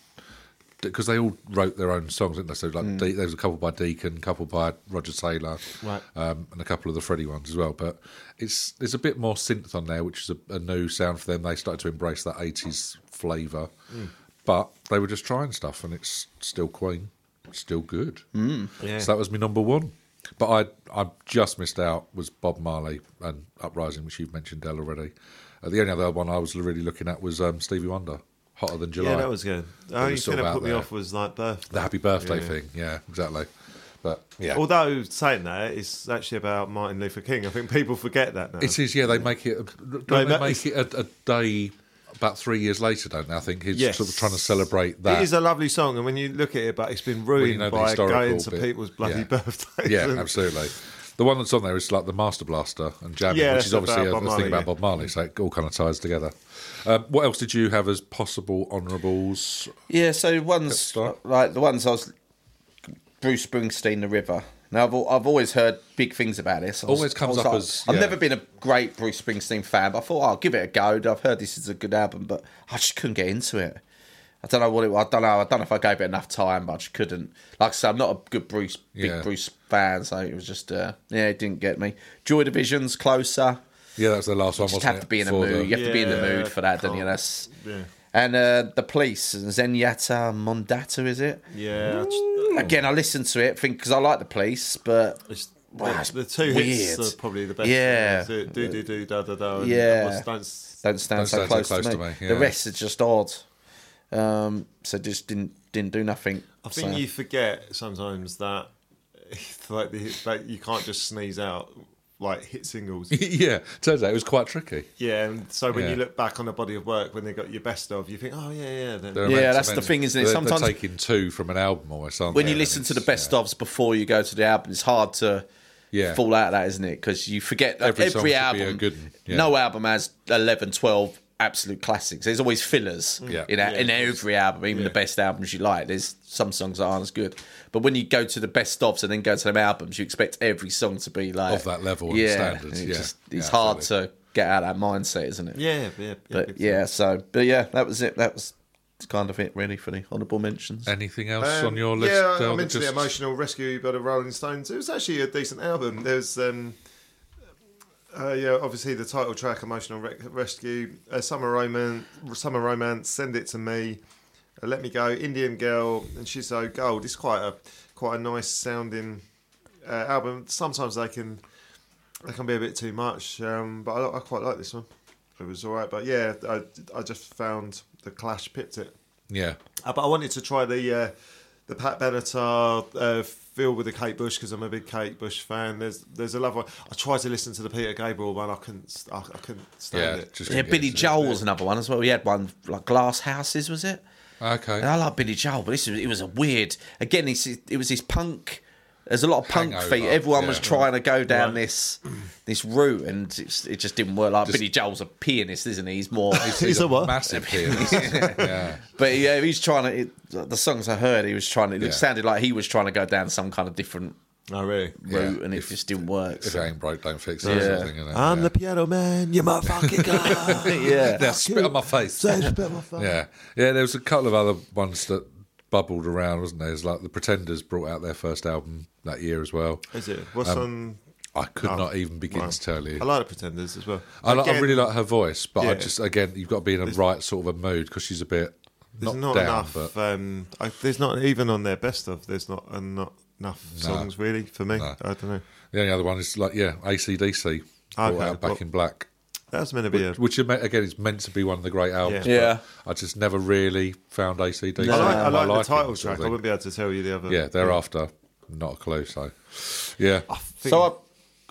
Speaker 1: because they all wrote their own songs, didn't they? So
Speaker 2: Mm.
Speaker 1: like, De- there was a couple by Deacon, a couple by Roger Taylor,
Speaker 2: Right.
Speaker 1: um, and a couple of the Freddie ones as well. But it's there's a bit more synth on there, which is a, a new sound for them. They started to embrace that '80s flavour, but they were just trying stuff, and it's still Queen, still good. Mm.
Speaker 2: Yeah.
Speaker 1: So that was my number one. But I I just missed out was Bob Marley and Uprising, which you've mentioned Dale already. Uh, the only other one I was really looking at was um, Stevie Wonder, Hotter Than July
Speaker 2: Yeah, that was good. The only
Speaker 1: was sort of
Speaker 2: thing that
Speaker 1: out
Speaker 2: put me
Speaker 1: there.
Speaker 2: off was like birth.
Speaker 1: the happy birthday
Speaker 2: Yeah.
Speaker 1: thing. Yeah, exactly. But yeah.
Speaker 2: Although saying that, it's actually about Martin Luther King. I think people forget that now.
Speaker 1: It is, yeah. They make it. Don't
Speaker 2: No,
Speaker 1: they
Speaker 2: that
Speaker 1: make
Speaker 2: is-
Speaker 1: it a, a day about three years later? Don't they? I think he's
Speaker 2: Yes.
Speaker 1: sort of trying to celebrate that.
Speaker 2: It is a lovely song, and when you look at it, but it's been ruined
Speaker 1: know the
Speaker 2: by
Speaker 1: historical
Speaker 2: going to
Speaker 1: bit.
Speaker 2: people's bloody
Speaker 1: Yeah.
Speaker 2: birthdays.
Speaker 1: yeah,
Speaker 2: and-
Speaker 1: absolutely. The one that's on there is like the Master Blaster and Jamming,
Speaker 2: Yeah,
Speaker 1: which is
Speaker 2: that's
Speaker 1: obviously a,
Speaker 2: about Bob
Speaker 1: a thing
Speaker 2: Marley,
Speaker 1: about
Speaker 2: yeah.
Speaker 1: Bob Marley. So it all kind of ties together. Um, what else did you have as possible honourables?
Speaker 3: Yeah, so ones
Speaker 1: start.
Speaker 3: like the ones I was Bruce Springsteen, The River. Now I've al- I've always heard big things about this. I was-
Speaker 1: Always comes
Speaker 3: I was
Speaker 1: up
Speaker 3: like-
Speaker 1: as-
Speaker 3: I've
Speaker 1: yeah.
Speaker 3: never been a great Bruce Springsteen fan, but I thought I'll give it a go. I've heard this is a good album, but I just couldn't get into it. I don't know what it. was. I don't know. I don't know if I gave it enough time, but I just couldn't. Like I said, I'm not a good Bruce, big
Speaker 1: Yeah.
Speaker 3: Bruce fan, so it was just uh, yeah, it didn't get me. Joy Division's closer.
Speaker 1: Yeah, that was the last one.
Speaker 3: Just
Speaker 1: wasn't
Speaker 3: have
Speaker 1: it,
Speaker 3: to be in a
Speaker 1: for the-
Speaker 3: mood. You have to be in the
Speaker 2: Yeah,
Speaker 3: mood for that, don't you?
Speaker 2: can't-
Speaker 3: That's
Speaker 2: yeah.
Speaker 3: and uh, the police and Zenyatta Mondata, is it?
Speaker 2: Yeah, I just-
Speaker 1: Mm.
Speaker 2: uh,
Speaker 3: Again, I listened to it think because I like the police, but
Speaker 2: it's-
Speaker 3: Wow, it's
Speaker 2: the two hits
Speaker 3: weird.
Speaker 2: are probably the best. uh,
Speaker 3: Yeah.
Speaker 2: do do do da da da. and
Speaker 3: Yeah.
Speaker 2: what's- don't-
Speaker 1: Don't
Speaker 3: don't stand, so,
Speaker 1: stand so
Speaker 3: close
Speaker 1: close
Speaker 3: to
Speaker 1: to
Speaker 3: me.
Speaker 1: me,
Speaker 3: The
Speaker 1: yeah.
Speaker 3: rest is just odd. Um, so just didn't didn't do nothing.
Speaker 2: I think
Speaker 3: so.
Speaker 2: you forget sometimes that like the, like you can't just sneeze out like hit singles.
Speaker 1: yeah, turns out it was quite tricky.
Speaker 2: Yeah, and so when
Speaker 1: Yeah.
Speaker 2: you look back on the body of work when they got your best of, you think, oh yeah, yeah, then.
Speaker 1: They're
Speaker 3: Yeah,
Speaker 1: meant-
Speaker 3: that's the
Speaker 1: meant-
Speaker 3: thing, isn't it?
Speaker 1: They're,
Speaker 3: Sometimes-
Speaker 1: they're taking two from an album almost, aren't
Speaker 3: when
Speaker 1: they?
Speaker 3: you
Speaker 1: And
Speaker 3: listen to the
Speaker 1: it's-
Speaker 3: best ofs before you go to the album, it's hard to
Speaker 1: Yeah.
Speaker 3: fall out of that, isn't it? Because you forget that
Speaker 1: Every
Speaker 3: every,
Speaker 1: song should be a
Speaker 3: album,
Speaker 1: good one, yeah.
Speaker 3: no album has 11, 12 absolute classics. There's always fillers
Speaker 1: Mm. Yeah.
Speaker 3: in, a,
Speaker 2: Yeah,
Speaker 3: in
Speaker 2: of course.
Speaker 3: every album, even the
Speaker 2: Yeah.
Speaker 3: best albums you like. There's some songs that aren't as good. But when you go to the best ofs and then go to them albums, you expect every song to be like.
Speaker 1: Of that level and standards,
Speaker 3: It's,
Speaker 1: yeah.
Speaker 3: it's
Speaker 1: Yeah,
Speaker 3: hard to get out of that mindset, isn't it?
Speaker 2: Yeah, yeah, yeah.
Speaker 3: But yeah, so, but yeah, that was it. That was kind of it, really, for the honourable mentions.
Speaker 1: Anything else
Speaker 2: Um,
Speaker 1: on your list?
Speaker 2: Yeah,
Speaker 1: Dale,
Speaker 2: I
Speaker 1: that
Speaker 2: mentioned
Speaker 1: just-
Speaker 2: the emotional rescue by the Rolling Stones. It was actually a decent album. There was, um, uh, yeah, obviously the title track, "Emotional Re- Rescue," uh, "Summer Romance," "Summer Romance," "Send It to Me," uh, "Let Me Go," "Indian Girl," and "She's So Gold." It's quite a quite a nice sounding uh, album. Sometimes they can they can be a bit too much, um, but I, I quite like this one. It was all right, but yeah, I, I just found the Clash pipped it.
Speaker 1: Yeah.
Speaker 2: Uh, but I wanted to try the uh, the Pat Benatar uh, feel with the Kate Bush because I'm a big Kate Bush fan. There's there's a love one. I tried to listen to the Peter Gabriel one. I couldn't st- I, I couldn't stand
Speaker 1: Yeah,
Speaker 2: it.
Speaker 1: just
Speaker 3: Yeah,
Speaker 1: couldn't get
Speaker 3: Billy
Speaker 1: into it.
Speaker 3: Joel was another one as well. He had one like Glass Houses, was it?
Speaker 1: Okay.
Speaker 3: And I like Billy Joel, but this was, it was a weird. Again, it's, it was his punk. There's a lot of punk
Speaker 1: Hangover,
Speaker 3: feet. Everyone was
Speaker 1: yeah.
Speaker 3: trying to go down
Speaker 2: Right.
Speaker 3: this this route, and it's, it just didn't work. Like Billy Joel's a pianist, isn't he? He's more,
Speaker 2: He's a what?
Speaker 1: Massive pianist. yeah.
Speaker 3: but yeah, he's trying to. It, like, the songs I heard, he was trying to. It
Speaker 1: Yeah.
Speaker 3: sounded like he was trying to go down some kind of different
Speaker 2: Oh really?
Speaker 3: route, and
Speaker 1: If-
Speaker 3: it just didn't work.
Speaker 1: If it
Speaker 3: so-
Speaker 1: ain't broke, don't fix it.
Speaker 3: Yeah.
Speaker 1: sort of thing, innit?
Speaker 2: I'm
Speaker 1: Yeah.
Speaker 2: the piano man. You motherfucking guy.
Speaker 3: yeah,
Speaker 1: Now spit on my face.
Speaker 2: Say it's about my phone.
Speaker 1: Yeah, yeah. There was a couple of other ones that bubbled around, wasn't there? It's like the Pretenders brought out their first album that year as well.
Speaker 2: Is it? What's
Speaker 1: Um,
Speaker 2: on?
Speaker 1: I could not even begin to tell you.
Speaker 2: Oh, I like the Pretenders as well.
Speaker 1: I, like, I
Speaker 2: Again,
Speaker 1: really like her voice, but I
Speaker 2: Yeah.
Speaker 1: just again, you've got to be in a right sort of a mood because she's a bit
Speaker 2: There's
Speaker 1: not,
Speaker 2: not,
Speaker 1: down,
Speaker 2: enough.
Speaker 1: but
Speaker 2: Um, I, there's not even on their best of. There's not uh, not enough songs really for me. I don't know.
Speaker 1: the only other one is like yeah, ACDC brought
Speaker 2: Okay,
Speaker 1: out Back
Speaker 2: well-
Speaker 1: in Black,
Speaker 2: That's meant to be a
Speaker 1: which ama- again is meant to be one of the great albums.
Speaker 2: Yeah.
Speaker 3: Yeah.
Speaker 1: but I just never really found ACDC.
Speaker 2: I like, I
Speaker 1: in my
Speaker 2: like the
Speaker 1: liking,
Speaker 2: title
Speaker 1: sort of
Speaker 2: track. I
Speaker 1: thing.
Speaker 2: wouldn't be able to tell you the other.
Speaker 1: yeah, thereafter, not a clue. So, yeah.
Speaker 2: Think-
Speaker 3: So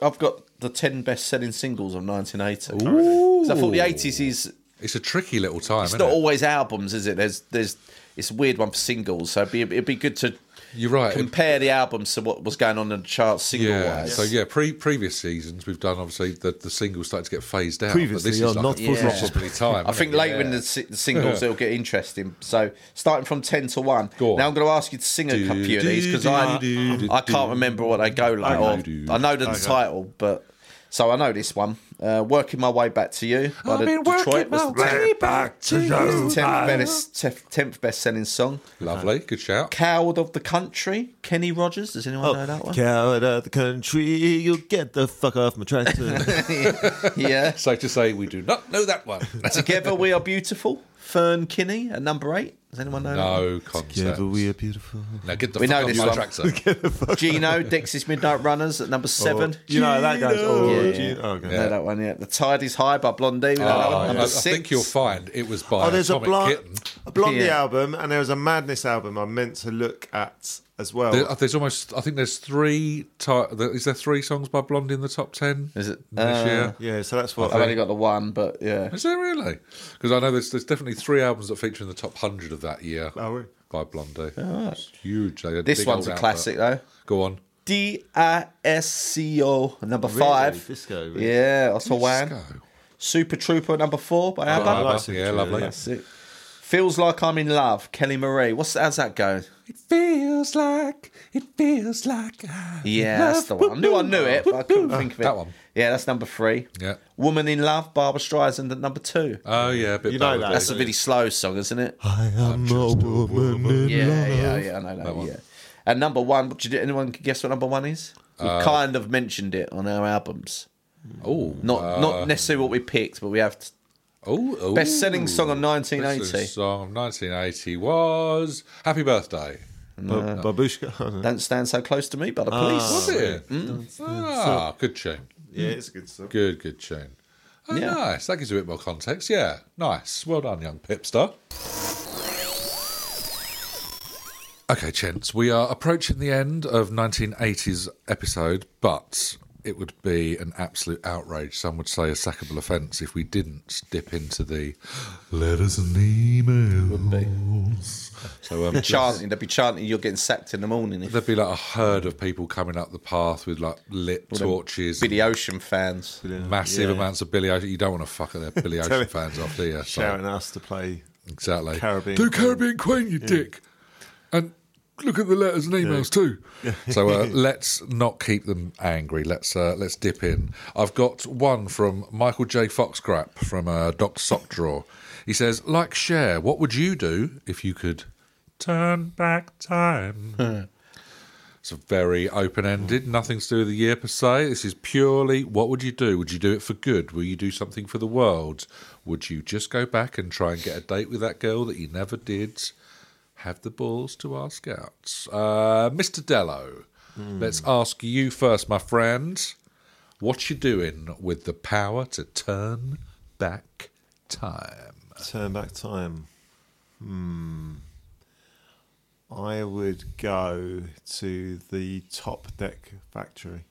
Speaker 3: I've, I've got the 10 best selling singles of 1980. Ooh. So I thought the 80s is
Speaker 1: It's a tricky little time.
Speaker 3: it's
Speaker 1: isn't
Speaker 3: not
Speaker 1: it?
Speaker 3: always albums, is it? There's there's it's a weird one for singles. So it'd be, it'd be good to
Speaker 1: You're right.
Speaker 3: compare the albums to what was going on in the charts single
Speaker 1: yeah.
Speaker 3: wise.
Speaker 1: So yeah, pre previous seasons we've done obviously the the singles started to get phased out.
Speaker 2: Previously
Speaker 1: but this is like
Speaker 2: on Not
Speaker 1: a
Speaker 3: For Profit.
Speaker 1: probably time.
Speaker 3: I think later in the, si- the singles it'll get interesting. So starting from ten to one.
Speaker 1: Go on.
Speaker 3: Now I'm going to ask you to sing a couple of these because I
Speaker 1: Do, do,
Speaker 3: I can't remember what they go like. Or,
Speaker 1: Okay.
Speaker 3: I know the title, but so I know this one. Uh, working my way back to you by the Detroit was the
Speaker 1: back to you.
Speaker 3: tenth best tenth best selling song.
Speaker 1: Lovely, good shout.
Speaker 3: Coward of the Country, Kenny Rogers. Does
Speaker 2: Oh,
Speaker 3: anyone know that one?
Speaker 2: Coward of the country, you get the fuck off my tractor.
Speaker 3: yeah.
Speaker 1: Safe to say we do not know that one.
Speaker 3: Together we are beautiful. Fern Kinney at number eight. Does anyone know? that
Speaker 1: no concept.
Speaker 2: Together we are beautiful.
Speaker 1: now get the
Speaker 3: We
Speaker 1: fuck
Speaker 3: know
Speaker 1: off
Speaker 3: this
Speaker 1: my
Speaker 3: one.
Speaker 1: tractor.
Speaker 3: one? Gino, Dexys Midnight Runners at number seven.
Speaker 2: You know that goes. Oh,
Speaker 3: Yeah.
Speaker 2: do you- oh, okay.
Speaker 3: Know that one, yeah. The Tide is High by Blondie. You know that one?
Speaker 1: Uh, I,
Speaker 3: Number
Speaker 1: Ah, I
Speaker 3: six.
Speaker 1: think you'll find it was by
Speaker 2: Oh, there's a,
Speaker 1: Atomic
Speaker 2: Blon-
Speaker 1: Kitten.
Speaker 2: a Blondie
Speaker 3: Yeah.
Speaker 2: album and there was a Madness album I meant to look at as well.
Speaker 3: Oh.
Speaker 1: There- There's almost, I think there's three. Ti- there- is there three songs by Blondie in the top ten
Speaker 3: Is it?
Speaker 1: this
Speaker 3: Uh,
Speaker 1: year?
Speaker 2: yeah, so that's what.
Speaker 3: I've only got the one, but yeah.
Speaker 1: Is there really? Because I know there's, there's definitely three albums that feature in the top hundred of that year
Speaker 2: Oh, really?
Speaker 1: by Blondie. It's huge. They had
Speaker 3: This
Speaker 1: big
Speaker 3: one's a
Speaker 1: old output.
Speaker 3: classic though.
Speaker 1: Go on.
Speaker 3: D I S C O number
Speaker 2: Really?
Speaker 3: five.
Speaker 2: Disco, really?
Speaker 3: Yeah, that's a
Speaker 1: Disco. Oh,
Speaker 3: wan. Super Trooper number four by ABBA.
Speaker 2: I like
Speaker 1: Abba,
Speaker 2: Super
Speaker 1: yeah,
Speaker 2: Trooper,
Speaker 1: lovely.
Speaker 2: yeah.
Speaker 3: That's it. Feels like I'm in love. Kelly Marie. What's how's that going?
Speaker 1: It feels like it feels like. I'm
Speaker 3: Yeah,
Speaker 1: in love.
Speaker 3: that's the one. I knew I knew it, but I couldn't think of it.
Speaker 1: that one.
Speaker 3: Yeah, that's number three.
Speaker 1: Yeah.
Speaker 3: Woman in Love, Barbara Streisand at number two.
Speaker 1: Oh yeah, a bit
Speaker 2: You know
Speaker 1: ballady.
Speaker 2: that.
Speaker 3: That's a really slow song, isn't it?
Speaker 2: I am a woman in
Speaker 3: Yeah, yeah, yeah. I know that. yeah. And number one, do you, anyone guess what number one is? We kind of mentioned it on our albums.
Speaker 1: Oh,
Speaker 3: Not not necessarily what we picked, but we have t-
Speaker 1: oh, oh.
Speaker 3: best selling song of
Speaker 1: Best
Speaker 3: 1980.
Speaker 1: selling song of 1980 was "Happy Birthday."
Speaker 2: Ba- Babushka.
Speaker 3: Don't stand so close to me, by the police.
Speaker 1: Was it? Ah, good tune.
Speaker 2: yeah, it's a good song.
Speaker 1: Good, good tune. Oh,
Speaker 3: Yeah.
Speaker 1: nice. That gives you a bit more context. Yeah, nice. Well done, young Pipster. Okay, Chents, we are approaching the end of 1980's episode, but it would be an absolute outrage, some would say a sackable offence, if we didn't dip into the letters and emails. So, um,
Speaker 3: Chanting, they'll be chanting, you're getting sacked in the morning. If
Speaker 1: there'd be like a herd of people coming up the path with like lit torches.
Speaker 3: Billy Ocean fans.
Speaker 1: Massive
Speaker 2: Yeah.
Speaker 1: amounts of Billy Ocean. You don't want to fuck their Billy Ocean fans off, do you? So-
Speaker 2: Shouting us to play.
Speaker 1: Exactly.
Speaker 2: Caribbean
Speaker 1: Do
Speaker 2: Queen.
Speaker 1: Caribbean Queen, you dick. And look at the letters and emails too. so uh, let's not keep them angry. Let's uh, let's dip in. I've got one from Michael J. Foxcrap from uh, Doctor Sockdraw. He says, "Like share. What would you do if you could turn back time?" It's a very open ended, nothing to do with the year per se. This is purely what would you do? Would you do it for good? Will you do something for the world? Would you just go back and try and get a date with that girl that you never did? Have the balls to ask out. Uh, Mr. Dello,
Speaker 2: Hmm.
Speaker 1: let's ask you first, my friend. What you doing with the power to turn back time?
Speaker 2: Turn back time. Hmm. I would go to the top deck factory.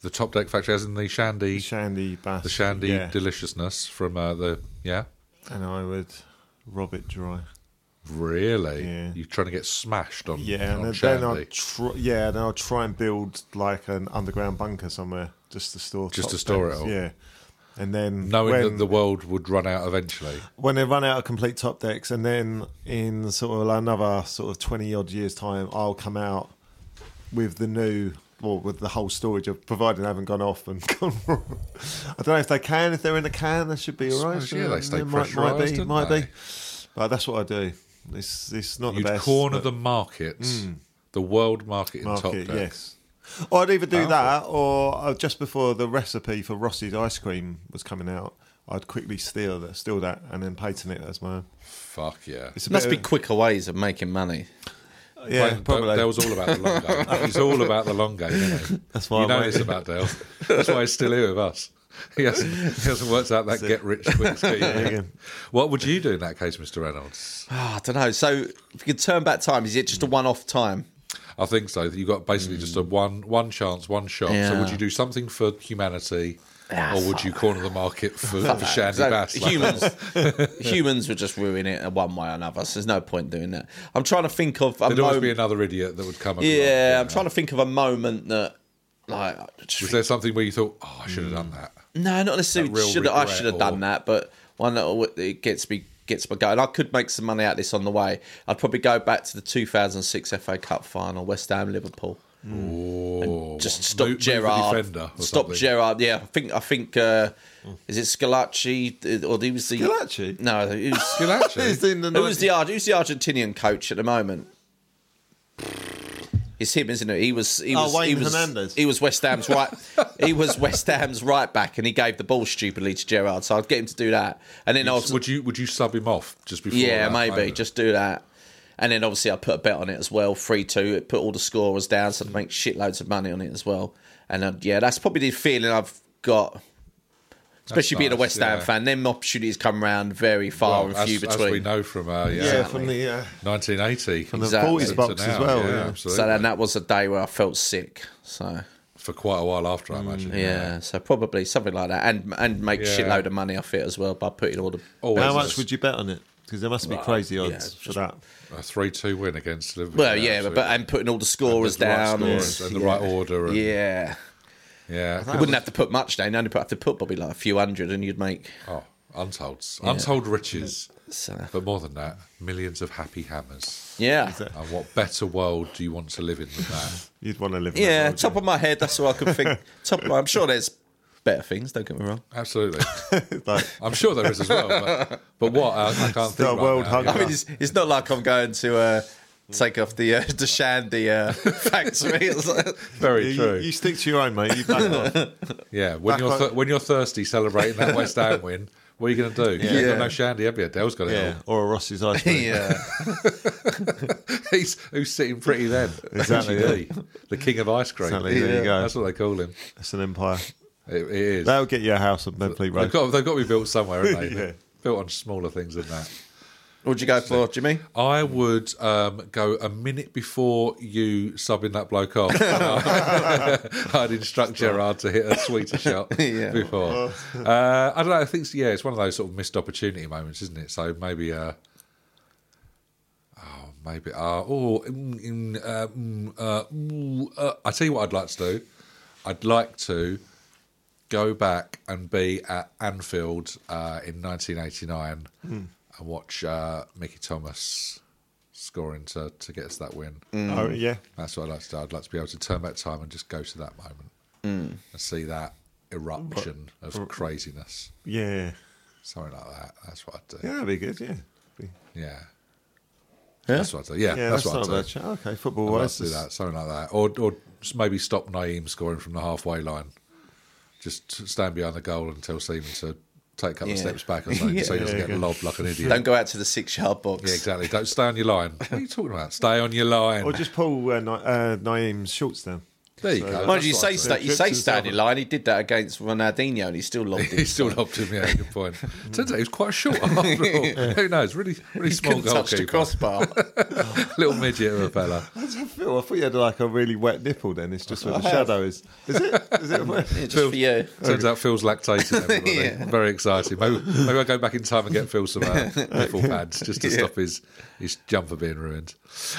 Speaker 1: The top deck factory, as in the shandy,
Speaker 2: The Shandy Bass.
Speaker 1: the shandy
Speaker 2: yeah.
Speaker 1: deliciousness from uh, the yeah.
Speaker 2: and I would rob it dry.
Speaker 1: Really?
Speaker 2: Yeah.
Speaker 1: You're trying to get smashed on,
Speaker 2: Yeah,
Speaker 1: on
Speaker 2: and then
Speaker 1: Shandy.
Speaker 2: I'll tr- yeah, then I'll try and build like an underground bunker somewhere just to store
Speaker 1: Just
Speaker 2: top
Speaker 1: to store it
Speaker 2: decks.
Speaker 1: all.
Speaker 2: Yeah, and then
Speaker 1: knowing
Speaker 2: when,
Speaker 1: that the world would run out eventually.
Speaker 2: when they run out of complete top decks, and then in sort of like another sort of twenty odd years time, I'll come out with the new. Well, with the whole storage of providing they haven't gone off and gone wrong. I don't know if they can. If they're in a can, they should be all right.
Speaker 1: suppose, yeah, they stay
Speaker 2: might, might
Speaker 1: pressurised,
Speaker 2: be,
Speaker 1: don't
Speaker 2: might
Speaker 1: they?
Speaker 2: be. But that's what I do. It's it's not
Speaker 1: You'd
Speaker 2: the best.
Speaker 1: corner
Speaker 2: but-
Speaker 1: the market, the world market in Top
Speaker 2: market,
Speaker 1: Deck.
Speaker 2: yes. Or I'd either do that, or uh, just before the recipe for Rossi's ice cream was coming out, I'd quickly steal that, steal that, and then patent it as my own.
Speaker 1: Fuck yeah.
Speaker 2: It's a
Speaker 3: Must be
Speaker 2: bit
Speaker 3: quicker ways of making money.
Speaker 2: of- yeah,
Speaker 1: But
Speaker 2: probably.
Speaker 1: Dale's all about the long game. It's all about the long game. Isn't it?
Speaker 2: That's why
Speaker 1: you
Speaker 2: I'm
Speaker 1: know
Speaker 2: waiting.
Speaker 1: this about Dale. That's why he's still here with us. He hasn't, he hasn't worked out that get rich quick scheme.
Speaker 2: you go.
Speaker 1: what would you do in that case, Mr. Reynolds?
Speaker 3: Ah, I don't know. So if you could turn back time, is it just a
Speaker 1: Mm.
Speaker 3: one off time?
Speaker 1: I think so. You've got basically just a one one chance, one shot. So
Speaker 3: Mm. Yeah.
Speaker 1: would you do something for humanity,
Speaker 3: Ah,
Speaker 1: or would
Speaker 3: fuck
Speaker 1: you corner the market for, for Shandy
Speaker 3: So
Speaker 1: Bass? like
Speaker 3: humans, humans would just ruin it in one way or another. So there's no point doing that. I'm trying to think of a
Speaker 1: There'd always be
Speaker 3: moment.
Speaker 1: another idiot that would come.
Speaker 3: Yeah,
Speaker 1: along.
Speaker 3: I'm trying to think of a moment that, like, just-
Speaker 1: Was there something where you thought, "Oh, I should have
Speaker 3: Mm.
Speaker 1: done that"?
Speaker 3: no, not necessarily.
Speaker 1: real
Speaker 3: Should I
Speaker 1: regret
Speaker 3: should have
Speaker 1: or-
Speaker 3: done that, but one that alwa- it gets me gets me going. I could make some money out of this on the way. I'd probably go back to the 2006 FA Cup final, West Ham Liverpool.
Speaker 1: Or
Speaker 3: Mm. just stop
Speaker 1: move- move the
Speaker 3: Gerard.
Speaker 1: defender or
Speaker 3: Stop
Speaker 1: something.
Speaker 3: Gerard. Yeah, I think I think uh, is it Scalacci uh, or he was the
Speaker 2: Scalacci?
Speaker 3: No, who's
Speaker 1: You'll
Speaker 2: It's
Speaker 1: actually.
Speaker 2: in the
Speaker 3: who was
Speaker 2: 90s.
Speaker 3: the Ar- who's the Argentinian coach at the moment? It's him, isn't it? He was he
Speaker 2: Oh,
Speaker 3: was he
Speaker 2: Wayne
Speaker 3: was
Speaker 2: Hernandez.
Speaker 3: he was West Ham's right. he was West Ham's right back, and he gave the ball stupidly to Gerard. So I'd get him to do that, and then I'll
Speaker 1: Would you would you sub him off just before?
Speaker 3: yeah,
Speaker 1: that
Speaker 3: maybe
Speaker 1: moment?
Speaker 3: just do that. And then obviously I put a bet on it as well, three two. It put all the scorers down, so I'd make shitloads of money on it as well. And uh, yeah, that's probably the feeling I've got. especially being a
Speaker 1: nice,
Speaker 3: West Ham
Speaker 1: yeah.
Speaker 3: fan. Them opportunities come round very far
Speaker 1: Well,
Speaker 3: and few
Speaker 1: as, as
Speaker 3: between.
Speaker 1: we know from uh, yeah,
Speaker 2: Yeah, from the uh,
Speaker 1: 1980
Speaker 2: from the
Speaker 3: Exactly.
Speaker 2: 40s box as well. Yeah.
Speaker 1: absolutely.
Speaker 3: so then that was a day where I felt sick. So
Speaker 1: for quite a while after, I imagine.
Speaker 3: Mm, yeah, so probably something like that, and and make
Speaker 1: Yeah. Oh,
Speaker 3: shitload of money off it as well by putting all the
Speaker 1: Always
Speaker 2: How much would you bet on it? Because there must be crazy odds for
Speaker 3: yeah,
Speaker 2: that.
Speaker 1: a three-two win against Liverpool?
Speaker 3: well, yeah, but, but
Speaker 1: absolutely.
Speaker 3: and putting all the scorers
Speaker 1: the right
Speaker 3: down.
Speaker 1: scorers and the right order. And, yeah,
Speaker 3: yeah. You wouldn't have to put much down. You only put- have to put probably like a few hundred, and you'd make.
Speaker 1: Oh, untold, untold riches.
Speaker 3: So,
Speaker 1: But more than that, millions of happy hammers.
Speaker 3: yeah,
Speaker 1: And what better world do you want to live in than that?
Speaker 2: You'd want to live. in that
Speaker 3: yeah.
Speaker 2: world,
Speaker 3: Top of my head, that's all I could think. top, of my, I'm sure there's better things. Don't get me wrong.
Speaker 1: Absolutely,
Speaker 2: yeah. like,
Speaker 1: I'm sure there is as well. But, but what I, I can't think.
Speaker 2: The
Speaker 1: right
Speaker 2: world
Speaker 1: now.
Speaker 2: hunger.
Speaker 3: I mean, it's, it's not like I'm going to uh, take off the uh, the shandy uh, factory. It's like-
Speaker 1: Very
Speaker 2: you,
Speaker 1: true.
Speaker 2: you stick to your own, mate. You back off.
Speaker 1: yeah, when
Speaker 2: Back
Speaker 1: you're
Speaker 2: on-
Speaker 1: th- when you're thirsty, celebrating that West Ham win, what are you going to do? Yeah,
Speaker 3: Yeah.
Speaker 1: no shandy, have you? Dale's got it.
Speaker 2: Yeah,
Speaker 1: all.
Speaker 2: or a Ross's ice cream.
Speaker 3: yeah,
Speaker 1: He's who's sitting pretty then.
Speaker 2: Exactly,
Speaker 1: LGD, the king of ice cream.
Speaker 2: Exactly, there you go.
Speaker 1: That's what they call him.
Speaker 2: It's an empire.
Speaker 1: It, it is.
Speaker 2: That'll get you a house on Benfleet
Speaker 1: They've
Speaker 2: Road.
Speaker 1: got, they've got to be built somewhere, haven't they?
Speaker 2: Yeah.
Speaker 1: Built on smaller things than that.
Speaker 3: What'd you go for, Jimmy?
Speaker 1: I would um, go a minute before you subbing that bloke off. I'd instruct Gerard to hit a sweeter shot
Speaker 3: Yeah.
Speaker 1: before. Uh, I don't know. I think yeah, it's one of those sort of missed opportunity moments, isn't it? So maybe. Uh, oh, Maybe uh, oh, mm, mm, uh, mm, uh, mm, uh, I tell you what I'd like to do. I'd like to go back and be at Anfield uh, in 1989
Speaker 2: Hmm.
Speaker 1: and watch uh, Mickey Thomas scoring to, to get us that win.
Speaker 2: Oh yeah,
Speaker 1: That's what I'd like to do. I'd like to be able to turn back time and just go to that moment
Speaker 2: Hmm.
Speaker 1: and see that eruption of craziness.
Speaker 2: yeah,
Speaker 1: Something like that. That's what I'd do.
Speaker 2: yeah.
Speaker 1: Yeah.
Speaker 2: That'd be good. Yeah, Be-
Speaker 1: That's what I'd do. Yeah,
Speaker 2: yeah.
Speaker 1: that's,
Speaker 2: That's,
Speaker 1: what
Speaker 2: not a
Speaker 1: I'd
Speaker 2: bad.
Speaker 1: do.
Speaker 2: shout. Okay, football
Speaker 1: I'd like
Speaker 2: wise,
Speaker 1: to do that. Something like that. Or, or s- maybe stop Naeem scoring from the halfway line. Just stand behind the goal and tell Seaman to take a couple of
Speaker 3: Yeah.
Speaker 1: steps back or something so he
Speaker 2: Yeah,
Speaker 1: doesn't
Speaker 2: yeah,
Speaker 1: get lobbed like an idiot.
Speaker 3: Don't go out to the six yard box.
Speaker 1: Yeah, exactly. Don't stay on your line. What are you talking about? Stay on your line.
Speaker 2: or just pull uh, Na- uh, Naeem's shorts down.
Speaker 1: there you go.
Speaker 3: Mind
Speaker 1: That's
Speaker 3: you, you
Speaker 1: what
Speaker 3: say
Speaker 1: I'd do.
Speaker 3: sta- you say
Speaker 2: Drips
Speaker 3: standing
Speaker 2: himself.
Speaker 3: line. He did that against Ronaldinho, and he still lobbed
Speaker 1: He
Speaker 3: it.
Speaker 1: still helped him. Yeah, good point. Turns out he was quite short. After all. Who knows? Really, really small
Speaker 3: Couldn't touch the
Speaker 1: goalkeeper.
Speaker 3: crossbar.
Speaker 1: Little midget of a fella.
Speaker 2: How does that feel? I thought you had like a really wet nipple. Then it's just where the shadow is. Is it? Is it? wet?
Speaker 3: Yeah, just for you.
Speaker 1: Turns out Phil's lactating. Everybody. Very exciting. Maybe, maybe I go back in time and get Phil some uh, nipple pads just to stop his his jumper being ruined.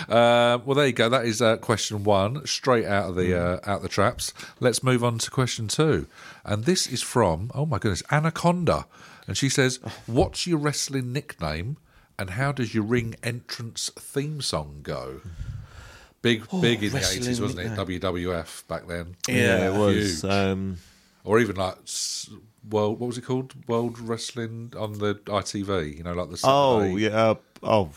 Speaker 1: Um, well, there you go. That is uh, question one, straight out of the uh,
Speaker 2: Hmm.
Speaker 1: out the traps. Let's move on to question two, and this is from oh my goodness, Anaconda, and she says, "What's your wrestling nickname, and how does your ring entrance theme song go?" Big, big in the
Speaker 3: wrestling
Speaker 1: eighties, wasn't it? WWF back then.
Speaker 2: Oh, Yeah, it was.
Speaker 1: Huge
Speaker 2: Um,
Speaker 1: or even like s- world what was it called world wrestling on the ITV you know like the Saturday
Speaker 2: oh yeah. Uh, oh,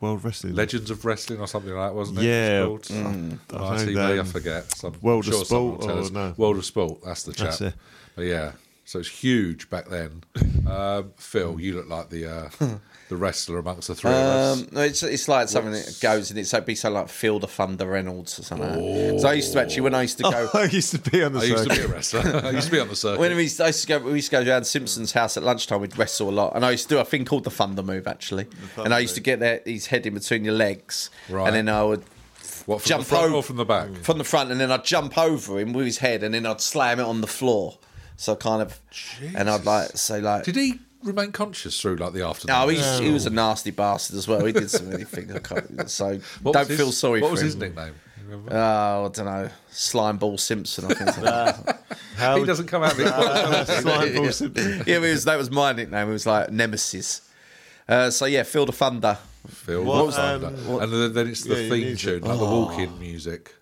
Speaker 2: World Wrestling.
Speaker 1: Legends of Wrestling or something like that wasn't it
Speaker 2: Yeah. Mm.
Speaker 1: it was called?
Speaker 3: Mm.
Speaker 2: I
Speaker 1: On
Speaker 2: don't
Speaker 1: ITV
Speaker 2: know.
Speaker 1: I forget Some-
Speaker 2: World of
Speaker 1: sure someone will
Speaker 2: Sport
Speaker 1: tell
Speaker 2: or
Speaker 1: us.
Speaker 2: no?
Speaker 1: World of Sport that's the chap
Speaker 2: That's it.
Speaker 1: but yeah so it's huge back then um, Phil you look like the uh, the wrestler amongst the three of us
Speaker 3: Um, no, it's it's like something that goes and it's like be something like Field of Thunder Reynolds or something. Like that. So I used to actually when I used to go.
Speaker 2: Oh, I used to be on the
Speaker 1: I used to
Speaker 2: circuit.
Speaker 1: be a wrestler I used to be on the circuit
Speaker 3: When we used, to, I used to go, we used to go down to Simpson's house at lunchtime. We'd wrestle a lot, and I used to do a thing called the Thunder Move actually. and I used to get there, his head in between your legs,
Speaker 1: Right.
Speaker 3: and then I would
Speaker 1: what from
Speaker 3: jump
Speaker 1: the front
Speaker 3: over-
Speaker 1: or from the back
Speaker 2: Mm.
Speaker 3: from the front, and then I'd jump over him with his head, and then I'd slam it on the floor. So I kind of, and I'd like say like,
Speaker 1: did he remain conscious through like the afternoon
Speaker 3: no, he's, he was a nasty bastard as well. He did some many things. I can't- So
Speaker 1: What was
Speaker 3: don't
Speaker 1: his-
Speaker 3: feel sorry
Speaker 1: what
Speaker 3: for
Speaker 1: was
Speaker 3: him.
Speaker 1: his nickname You remember?
Speaker 3: Oh, I don't know, slime ball Simpson. I think. it's like-
Speaker 2: How
Speaker 1: he doesn't come out of
Speaker 2: Uh,
Speaker 1: his
Speaker 2: Ah, slime ball Simpson.
Speaker 3: yeah, it was, that was my nickname. It was like Nemesis. Uh, so yeah, Field of Thunder.
Speaker 1: Phil
Speaker 2: What,
Speaker 1: What's under?
Speaker 2: um,
Speaker 1: and then, then it's the
Speaker 2: Yeah, you
Speaker 1: theme
Speaker 2: need Oh.
Speaker 1: tune, like the walk-in music.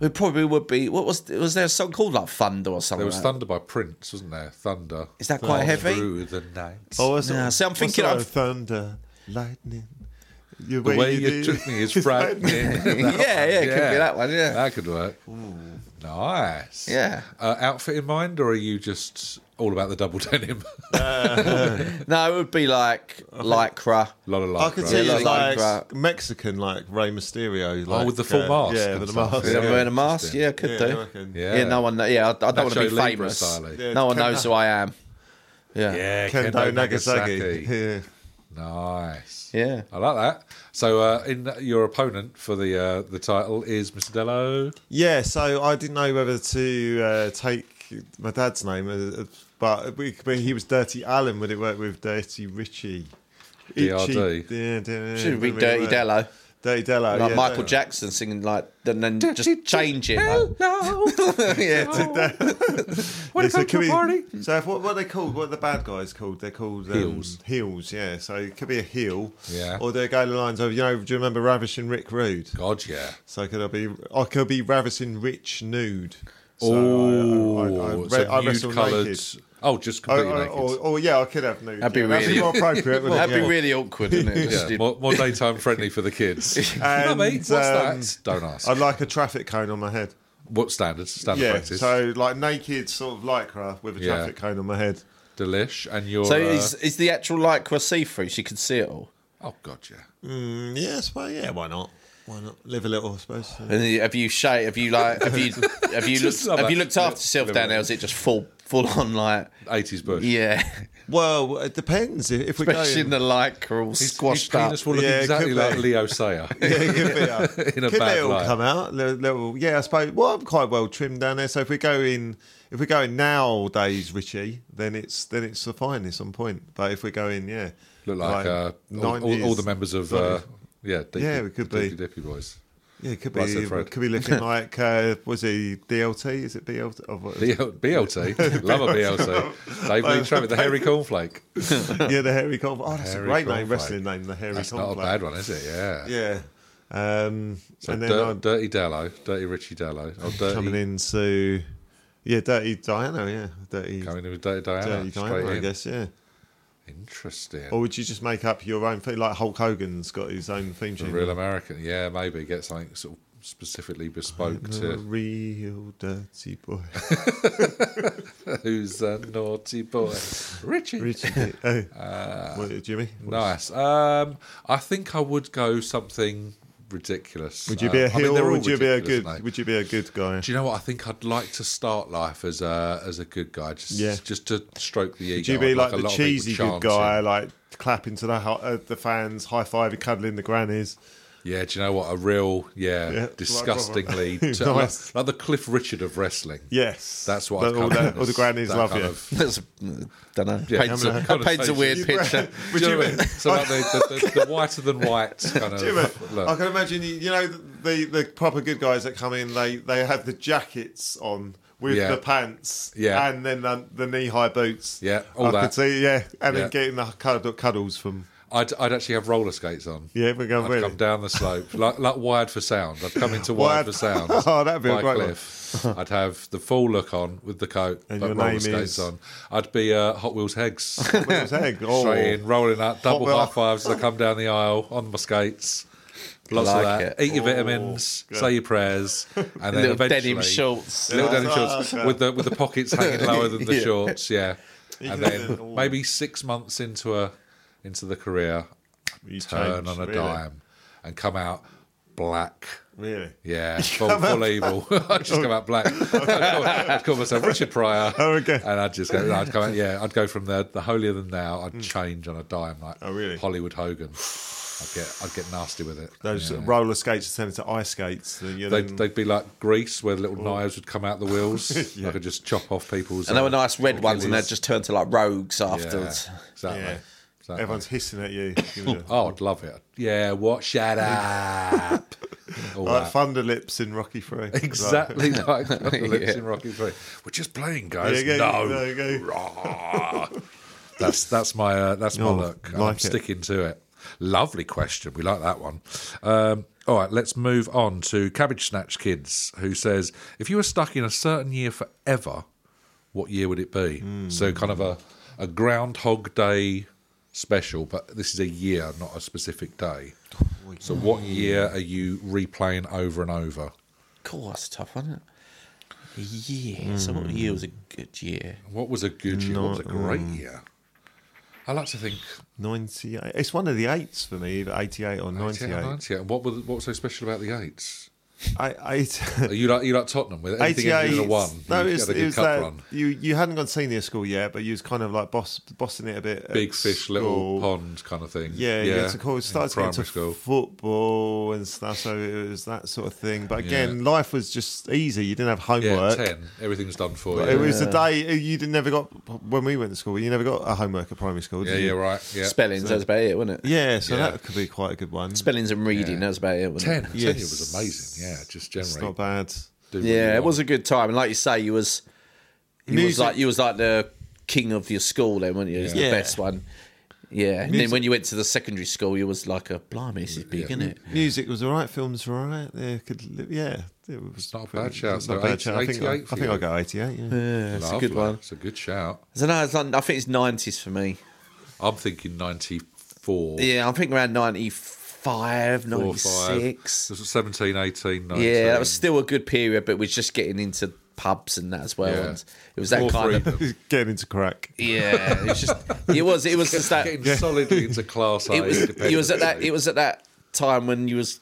Speaker 3: It probably would be. What was was there a song called like Thunder or something?
Speaker 1: There was
Speaker 3: like
Speaker 1: Thunder by Prince, wasn't there? Thunder.
Speaker 3: Is that quite heavy?
Speaker 1: Through the night.
Speaker 2: Oh, what's
Speaker 3: Nah,
Speaker 2: it-
Speaker 3: see, I'm
Speaker 2: what's
Speaker 3: thinking
Speaker 2: that?
Speaker 3: I've-
Speaker 2: thunder, lightning. Your
Speaker 1: the way you took me is frightening.
Speaker 3: that? yeah, yeah, it could be that one. Yeah,
Speaker 1: That could work. Nice.
Speaker 3: Yeah.
Speaker 1: Uh, outfit in mind, or are you just all about the double denim?
Speaker 3: no, it would be like Lycra.
Speaker 1: lot of
Speaker 2: I
Speaker 1: like.
Speaker 2: could
Speaker 1: right?
Speaker 2: see
Speaker 3: Yeah,
Speaker 2: you
Speaker 3: like
Speaker 2: like,
Speaker 3: that.
Speaker 2: Mexican, like Rey Mysterio. Like, uh,
Speaker 1: with the full mask
Speaker 2: Yeah,
Speaker 1: and
Speaker 2: with the
Speaker 1: stuff.
Speaker 2: mask.
Speaker 1: Yeah.
Speaker 3: Yeah, wearing a mask.
Speaker 1: Interesting.
Speaker 3: Yeah, could
Speaker 2: Yeah,
Speaker 3: do.
Speaker 2: I reckon.
Speaker 1: Yeah.
Speaker 3: Yeah. no one. Yeah, I, I don't want to
Speaker 1: Nacho
Speaker 3: be
Speaker 1: Libre
Speaker 3: famous.
Speaker 1: style, eh?
Speaker 2: Yeah,
Speaker 3: no one
Speaker 2: can-
Speaker 3: knows who I am. Yeah.
Speaker 1: Yeah,
Speaker 2: Kendo, Nagasaki. Yeah.
Speaker 1: Nice.
Speaker 3: Yeah.
Speaker 1: I like that. So, uh, in your opponent for the uh, the title is Mr. Dello.
Speaker 2: Yeah, so I didn't know whether to uh, take my dad's name, uh, but, we, but he was Dirty Alan. Would it work with Dirty Richie?
Speaker 1: DRD.
Speaker 2: Itchy- Yeah, yeah,
Speaker 3: Should be
Speaker 2: would it
Speaker 3: Dirty
Speaker 2: work?
Speaker 3: Dello.
Speaker 2: Dirty Dello.
Speaker 3: Like
Speaker 2: Oh, yeah,
Speaker 3: Michael
Speaker 2: Dirty-
Speaker 3: Jackson singing like, and then just change it. like-
Speaker 1: Hello.
Speaker 3: yeah,
Speaker 1: What
Speaker 2: Yeah, so could be- So if, what, what are they called? What are the bad guys called? They're called um,
Speaker 1: Heels.
Speaker 2: Heels, yeah. So it could be a heel.
Speaker 1: Yeah.
Speaker 2: Or they go the lines of, you know, do you remember Ravishing Rick Rude?
Speaker 1: God, yeah.
Speaker 2: So could I be? I could be ravishing rich nude. So
Speaker 1: Oh,
Speaker 2: I- I- I- I re-
Speaker 1: so
Speaker 2: I wrestle
Speaker 1: nude coloured.
Speaker 2: naked.
Speaker 1: Oh, just
Speaker 2: Oh,
Speaker 1: completely
Speaker 2: oh,
Speaker 1: naked.
Speaker 2: oh, oh, yeah, I could have nude.
Speaker 3: That'd be
Speaker 2: yeah, That'd
Speaker 3: really-
Speaker 2: be more appropriate. wouldn't
Speaker 3: that'd
Speaker 2: it?
Speaker 3: be really awkward, wouldn't it? Just
Speaker 1: yeah, more, more daytime friendly for the kids.
Speaker 2: And,
Speaker 1: Mummy, what's
Speaker 2: um,
Speaker 1: that? Don't ask.
Speaker 2: I'd like a traffic cone on my head.
Speaker 1: what standards? Standard
Speaker 2: Yeah,
Speaker 1: practice.
Speaker 2: so like naked sort of lycra with a
Speaker 1: Yeah.
Speaker 2: traffic cone on my head.
Speaker 1: Delish, and your.
Speaker 3: So
Speaker 1: uh,
Speaker 3: is is the actual light cross see through? She could see it all.
Speaker 1: oh God, yeah.
Speaker 2: Mm, yes, well, yeah, why not? Why not live a little? I suppose.
Speaker 3: And then have you shaved? Have you like? Have you have you
Speaker 1: Just
Speaker 3: looked?
Speaker 1: love
Speaker 3: Have you
Speaker 1: that.
Speaker 3: looked after yourself down there? Or is it just full full on like?
Speaker 1: Eighties bush.
Speaker 3: Yeah,
Speaker 2: Well, it depends if, if we go.
Speaker 3: especially in the light all
Speaker 1: His, his
Speaker 3: squashed up.
Speaker 1: penis will look
Speaker 2: Yeah,
Speaker 1: exactly
Speaker 2: could
Speaker 1: like
Speaker 2: be.
Speaker 1: Leo Sayer.
Speaker 2: Yeah, it could be. uh,
Speaker 1: In a
Speaker 2: could
Speaker 1: bad
Speaker 2: they all
Speaker 1: light.
Speaker 2: come out? Little, little- yeah, I suppose. Well, I'm quite well trimmed down there. So if we go in, if we go in nowadays, Richie, then it's then it's fine. It's on point. But if we go in, yeah,
Speaker 1: Look like, uh, all- all, all,
Speaker 2: 90s,
Speaker 1: the members of. Uh,
Speaker 2: nineties.
Speaker 1: yeah, Deep,
Speaker 2: Yeah, we could be.
Speaker 1: Deeply Dippy Boys.
Speaker 2: yeah, it could
Speaker 1: Right, so
Speaker 2: be
Speaker 1: Fred.
Speaker 2: could be looking like uh, was he DLT? Is it BLT? Oh, what-
Speaker 1: BL- BLT, love a BLT. Dave Lee Travis, the hairy cornflake.
Speaker 2: yeah, the hairy corn. Oh, that's
Speaker 1: Hairy
Speaker 2: a great name,
Speaker 1: cornflake.
Speaker 2: wrestling name, the hairy
Speaker 1: That's
Speaker 2: corn.
Speaker 1: not a bad one, is it? Yeah.
Speaker 2: Yeah. Um,
Speaker 1: So
Speaker 2: and then
Speaker 1: Dir-
Speaker 2: I'm
Speaker 1: Dirty Dallow, Dirty Richie Dallow. Oh, dirty,
Speaker 2: coming
Speaker 1: coming in.
Speaker 2: into yeah, dirty Diana. Yeah, dirty.
Speaker 1: with Dirty Diana.
Speaker 2: dirty
Speaker 1: straight
Speaker 2: Diana, I
Speaker 1: in.
Speaker 2: guess. Yeah.
Speaker 1: Interesting.
Speaker 2: Or would you just make up your own thing? Like Hulk Hogan's got his own theme
Speaker 1: The
Speaker 2: tune.
Speaker 1: real American. Yeah, maybe get something sort of specifically bespoke
Speaker 2: The
Speaker 1: to
Speaker 2: real dirty boy.
Speaker 1: who's a naughty boy. Richie.
Speaker 2: Mm-hmm. Richie. Oh.
Speaker 1: Uh,
Speaker 2: What, Jimmy? What's-
Speaker 1: Nice. Um, I think I would go something ridiculous.
Speaker 2: Would you be a
Speaker 1: Um, I mean,
Speaker 2: heel
Speaker 1: they're
Speaker 2: or
Speaker 1: all
Speaker 2: would you be a
Speaker 1: ridiculous,
Speaker 2: good
Speaker 1: mate.
Speaker 2: would you be a good guy?
Speaker 1: Do you know what? I think I'd like to start life as a as a good guy, just
Speaker 2: Yeah.
Speaker 1: just to stroke the ego.
Speaker 2: Would you be
Speaker 1: I'd
Speaker 2: like,
Speaker 1: a
Speaker 2: the
Speaker 1: lot of people
Speaker 2: cheesy good
Speaker 1: chanting.
Speaker 2: guy, like clapping to the hi- uh, the fans, high fiving, cuddling the grannies?
Speaker 1: Yeah, do you know what? A real, yeah,
Speaker 2: Yeah,
Speaker 1: disgustingly,
Speaker 2: like-
Speaker 1: ter- like,
Speaker 2: Nice.
Speaker 1: like the Cliff Richard of wrestling.
Speaker 2: Yes,
Speaker 1: That's what
Speaker 2: The-
Speaker 1: I've
Speaker 2: all,
Speaker 1: come
Speaker 2: the,
Speaker 1: in
Speaker 2: all the
Speaker 1: as,
Speaker 2: grannies
Speaker 1: that
Speaker 2: love
Speaker 1: kind
Speaker 2: you.
Speaker 1: of-
Speaker 3: That's don't know.
Speaker 1: Yeah.
Speaker 3: paints, a,
Speaker 1: Having a
Speaker 3: paints a weird
Speaker 1: conversation.
Speaker 3: picture.
Speaker 2: Would
Speaker 1: Do you know what I
Speaker 2: you be-
Speaker 1: mean? So like the, the, the, the whiter than white kind of
Speaker 2: Jim,
Speaker 1: look.
Speaker 2: I can imagine you, you know the the proper good guys that come in. They they have the jackets on with
Speaker 1: Yeah.
Speaker 2: the pants,
Speaker 1: Yeah.
Speaker 2: and then the, the knee high boots.
Speaker 1: Yeah, all
Speaker 2: I
Speaker 1: that.
Speaker 2: could see. Yeah, and
Speaker 1: Yeah.
Speaker 2: then getting the cuddle, cuddles from.
Speaker 1: I'd, I'd actually have roller skates on.
Speaker 2: Yeah, we're going
Speaker 1: I'd
Speaker 2: really.
Speaker 1: come down the slope like like wired for sound. I'd come into wired,
Speaker 2: Wired-
Speaker 1: for sound.
Speaker 2: Oh, that'd be a
Speaker 1: by
Speaker 2: great one.
Speaker 1: Cliff. I'd have the full look on with the coat,
Speaker 2: And
Speaker 1: but
Speaker 2: your
Speaker 1: roller
Speaker 2: name
Speaker 1: skates
Speaker 2: is-
Speaker 1: on. I'd be uh, Hot Wheels Hegs.
Speaker 2: Where's Egg? Oh.
Speaker 1: straight in, rolling up, double
Speaker 2: Wheel.
Speaker 1: high fives as I come down the aisle on my skates. Lots
Speaker 3: Like
Speaker 1: of that.
Speaker 3: it.
Speaker 1: Eat your vitamins,
Speaker 2: Oh, good.
Speaker 1: say your prayers, and then
Speaker 3: Little
Speaker 1: eventually
Speaker 3: denim shorts.
Speaker 1: little denim
Speaker 2: Yeah.
Speaker 1: shorts
Speaker 2: Okay.
Speaker 1: with the with the pockets hanging lower than the
Speaker 3: Yeah.
Speaker 1: shorts. Yeah, and
Speaker 2: can
Speaker 1: then
Speaker 2: do it all.
Speaker 1: maybe six months into a into the career,
Speaker 2: You
Speaker 1: turn
Speaker 2: change,
Speaker 1: on a
Speaker 2: really.
Speaker 1: dime and come out black.
Speaker 2: Really.
Speaker 1: Yeah, full, full evil. I would just come out black. I'd call myself Richard Pryor.
Speaker 2: Oh, okay.
Speaker 1: And I'd just go. no, I'd come out. Yeah, I'd go from the the holier than thou. I'd change on a dime, like
Speaker 2: Hmm. Oh, really?
Speaker 1: Hollywood Hogan. I'd get I'd get nasty with it.
Speaker 2: Those
Speaker 1: Yeah.
Speaker 2: roller skates are turned into ice skates. And you're
Speaker 1: They'd,
Speaker 2: then,
Speaker 1: they'd be like grease, where the little
Speaker 2: Oh.
Speaker 1: knives would come out the wheels. I could just chop off people's.
Speaker 3: And they
Speaker 1: uh,
Speaker 3: were nice red ones, and they
Speaker 1: Achilles.
Speaker 3: just turned to like rogues
Speaker 1: Yeah,
Speaker 3: afterwards.
Speaker 1: exactly.
Speaker 2: Yeah.
Speaker 1: exactly.
Speaker 2: everyone's hissing at you. Give it a-
Speaker 1: Oh, I'd love it. Yeah, what? Shut up. All
Speaker 2: like
Speaker 1: that.
Speaker 2: Thunder Lips in Rocky Three.
Speaker 1: Exactly like the lips
Speaker 3: Yeah.
Speaker 1: in Rocky Three. We're just playing, guys.
Speaker 2: Yeah, yeah,
Speaker 1: no.
Speaker 2: there you go.
Speaker 1: Rah. that's that's my uh, that's my
Speaker 2: Oh,
Speaker 1: look. and
Speaker 2: like
Speaker 1: I'm
Speaker 2: it.
Speaker 1: sticking to it. Lovely question. We like that one. Um, all right, let's move on to Cabbage Snatch Kids, who says, "If you were stuck in a certain year forever, what year would it be?"
Speaker 2: Hmm.
Speaker 1: So kind of a a Groundhog Day special, but this is a year, not a specific day.
Speaker 2: Oh,
Speaker 1: So, what year are you replaying over and over?
Speaker 3: Cool, that's a tough, wasn't it? A year. So what year was a good year?
Speaker 1: What was a good year? what was a great
Speaker 2: um,
Speaker 1: year? I like to think
Speaker 2: Ninety-eight. It's one of the eights for me. Either Eighty-eight or
Speaker 1: 98.
Speaker 2: ninety-eight.
Speaker 1: 98. What, were the- what was so special about the eights?
Speaker 2: I, I,
Speaker 1: You like you like Tottenham with anything ending in a one.
Speaker 2: No,
Speaker 1: you
Speaker 2: it was,
Speaker 1: get a
Speaker 2: it
Speaker 1: good
Speaker 2: was
Speaker 1: cup
Speaker 2: that
Speaker 1: run.
Speaker 2: you you hadn't gone senior school yet, but you was kind of like boss, bossing it a bit. at
Speaker 1: Big fish, little
Speaker 2: school.
Speaker 1: pond kind of thing.
Speaker 2: Yeah, yeah. To call,
Speaker 1: in
Speaker 2: it started to get
Speaker 1: primary
Speaker 2: into
Speaker 1: school.
Speaker 2: football and stuff, so it was that sort of thing. But again, life was just easy. You didn't have
Speaker 1: Yeah,
Speaker 2: homework.
Speaker 1: ten. Everything's done for
Speaker 2: It
Speaker 1: you.
Speaker 2: was the day uh, you didn't never got when we went to school. You never got a homework at primary school. Did
Speaker 1: Yeah,
Speaker 2: you?
Speaker 1: yeah, right. Yeah,
Speaker 3: Spellings, that's about it, wasn't it?
Speaker 2: Yeah, so
Speaker 1: Yeah.
Speaker 2: that could be quite a good one.
Speaker 3: Spellings and reading, that's about it, wasn't
Speaker 1: ten.
Speaker 3: it?
Speaker 1: Ten
Speaker 2: Yes.
Speaker 1: was amazing. Yeah, just
Speaker 2: It's
Speaker 1: generally.
Speaker 2: not bad.
Speaker 1: do what you
Speaker 3: Yeah, it
Speaker 1: want.
Speaker 3: was a good time. And like you say, you was you was
Speaker 2: Music-
Speaker 3: like you was like the king of your school then, weren't you? It was
Speaker 2: Yeah.
Speaker 3: the best one. Yeah. And then when you went to the secondary school, you was like a blimey, this is big, isn't it?
Speaker 2: Music was all right. Films were all right. They could, li- yeah, it was
Speaker 1: not a
Speaker 2: pretty-
Speaker 1: bad shout,
Speaker 2: it's not a
Speaker 1: though.
Speaker 2: bad shout. I think, I, I
Speaker 1: 88 for
Speaker 2: think I'll
Speaker 1: you.
Speaker 2: go eighty-eight. Yeah.
Speaker 3: That's a
Speaker 1: Lovely.
Speaker 3: good one.
Speaker 1: It's a good shout.
Speaker 3: I don't know, it's like, I think it's nineties for me.
Speaker 1: I'm thinking ninety four.
Speaker 3: Yeah, I think around 95,
Speaker 1: Four, five.
Speaker 3: 96.
Speaker 1: This was 17, 18, 19.
Speaker 3: Yeah, that was still a good period, but we're just getting into pubs and that as well.
Speaker 1: Yeah.
Speaker 3: And it was that
Speaker 1: More
Speaker 3: kind of
Speaker 1: freedom.
Speaker 2: Getting into crack.
Speaker 3: yeah. It was just it was it was just that
Speaker 1: getting solidly into class A.
Speaker 3: it was it was at that
Speaker 1: independently.
Speaker 3: it was at that time when you was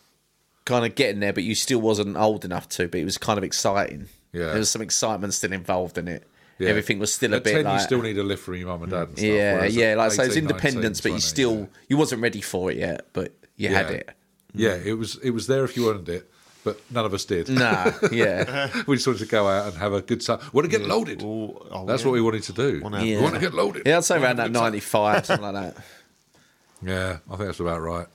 Speaker 3: kind of getting there, but you still wasn't old enough to. But it was kind of exciting.
Speaker 1: Yeah.
Speaker 3: there was some excitement still involved in it.
Speaker 1: Yeah.
Speaker 3: Everything was still a
Speaker 1: At
Speaker 3: bit
Speaker 1: 10,
Speaker 3: like Mm.
Speaker 1: you still need a lift from your mum and dad. And stuff,
Speaker 3: yeah,
Speaker 1: whereas
Speaker 3: yeah.
Speaker 1: at
Speaker 3: Like so, it's
Speaker 1: 18, 19,
Speaker 3: independence, but you
Speaker 1: 20,
Speaker 3: still
Speaker 1: yeah.
Speaker 3: you wasn't ready for it yet, but you had
Speaker 1: Yeah.
Speaker 3: it.
Speaker 1: Yeah, it was it was there if you earned it, but none of us did.
Speaker 3: Nah, yeah.
Speaker 1: we just wanted to go out and have a good time. Want to get loaded?
Speaker 2: Oh, oh,
Speaker 1: That's
Speaker 2: yeah.
Speaker 1: what we wanted to do.
Speaker 2: Wanna have-
Speaker 1: We
Speaker 3: Yeah.
Speaker 1: want to get loaded.
Speaker 3: Yeah, I'd say around that 95, something like that.
Speaker 1: Yeah, I think that's about right.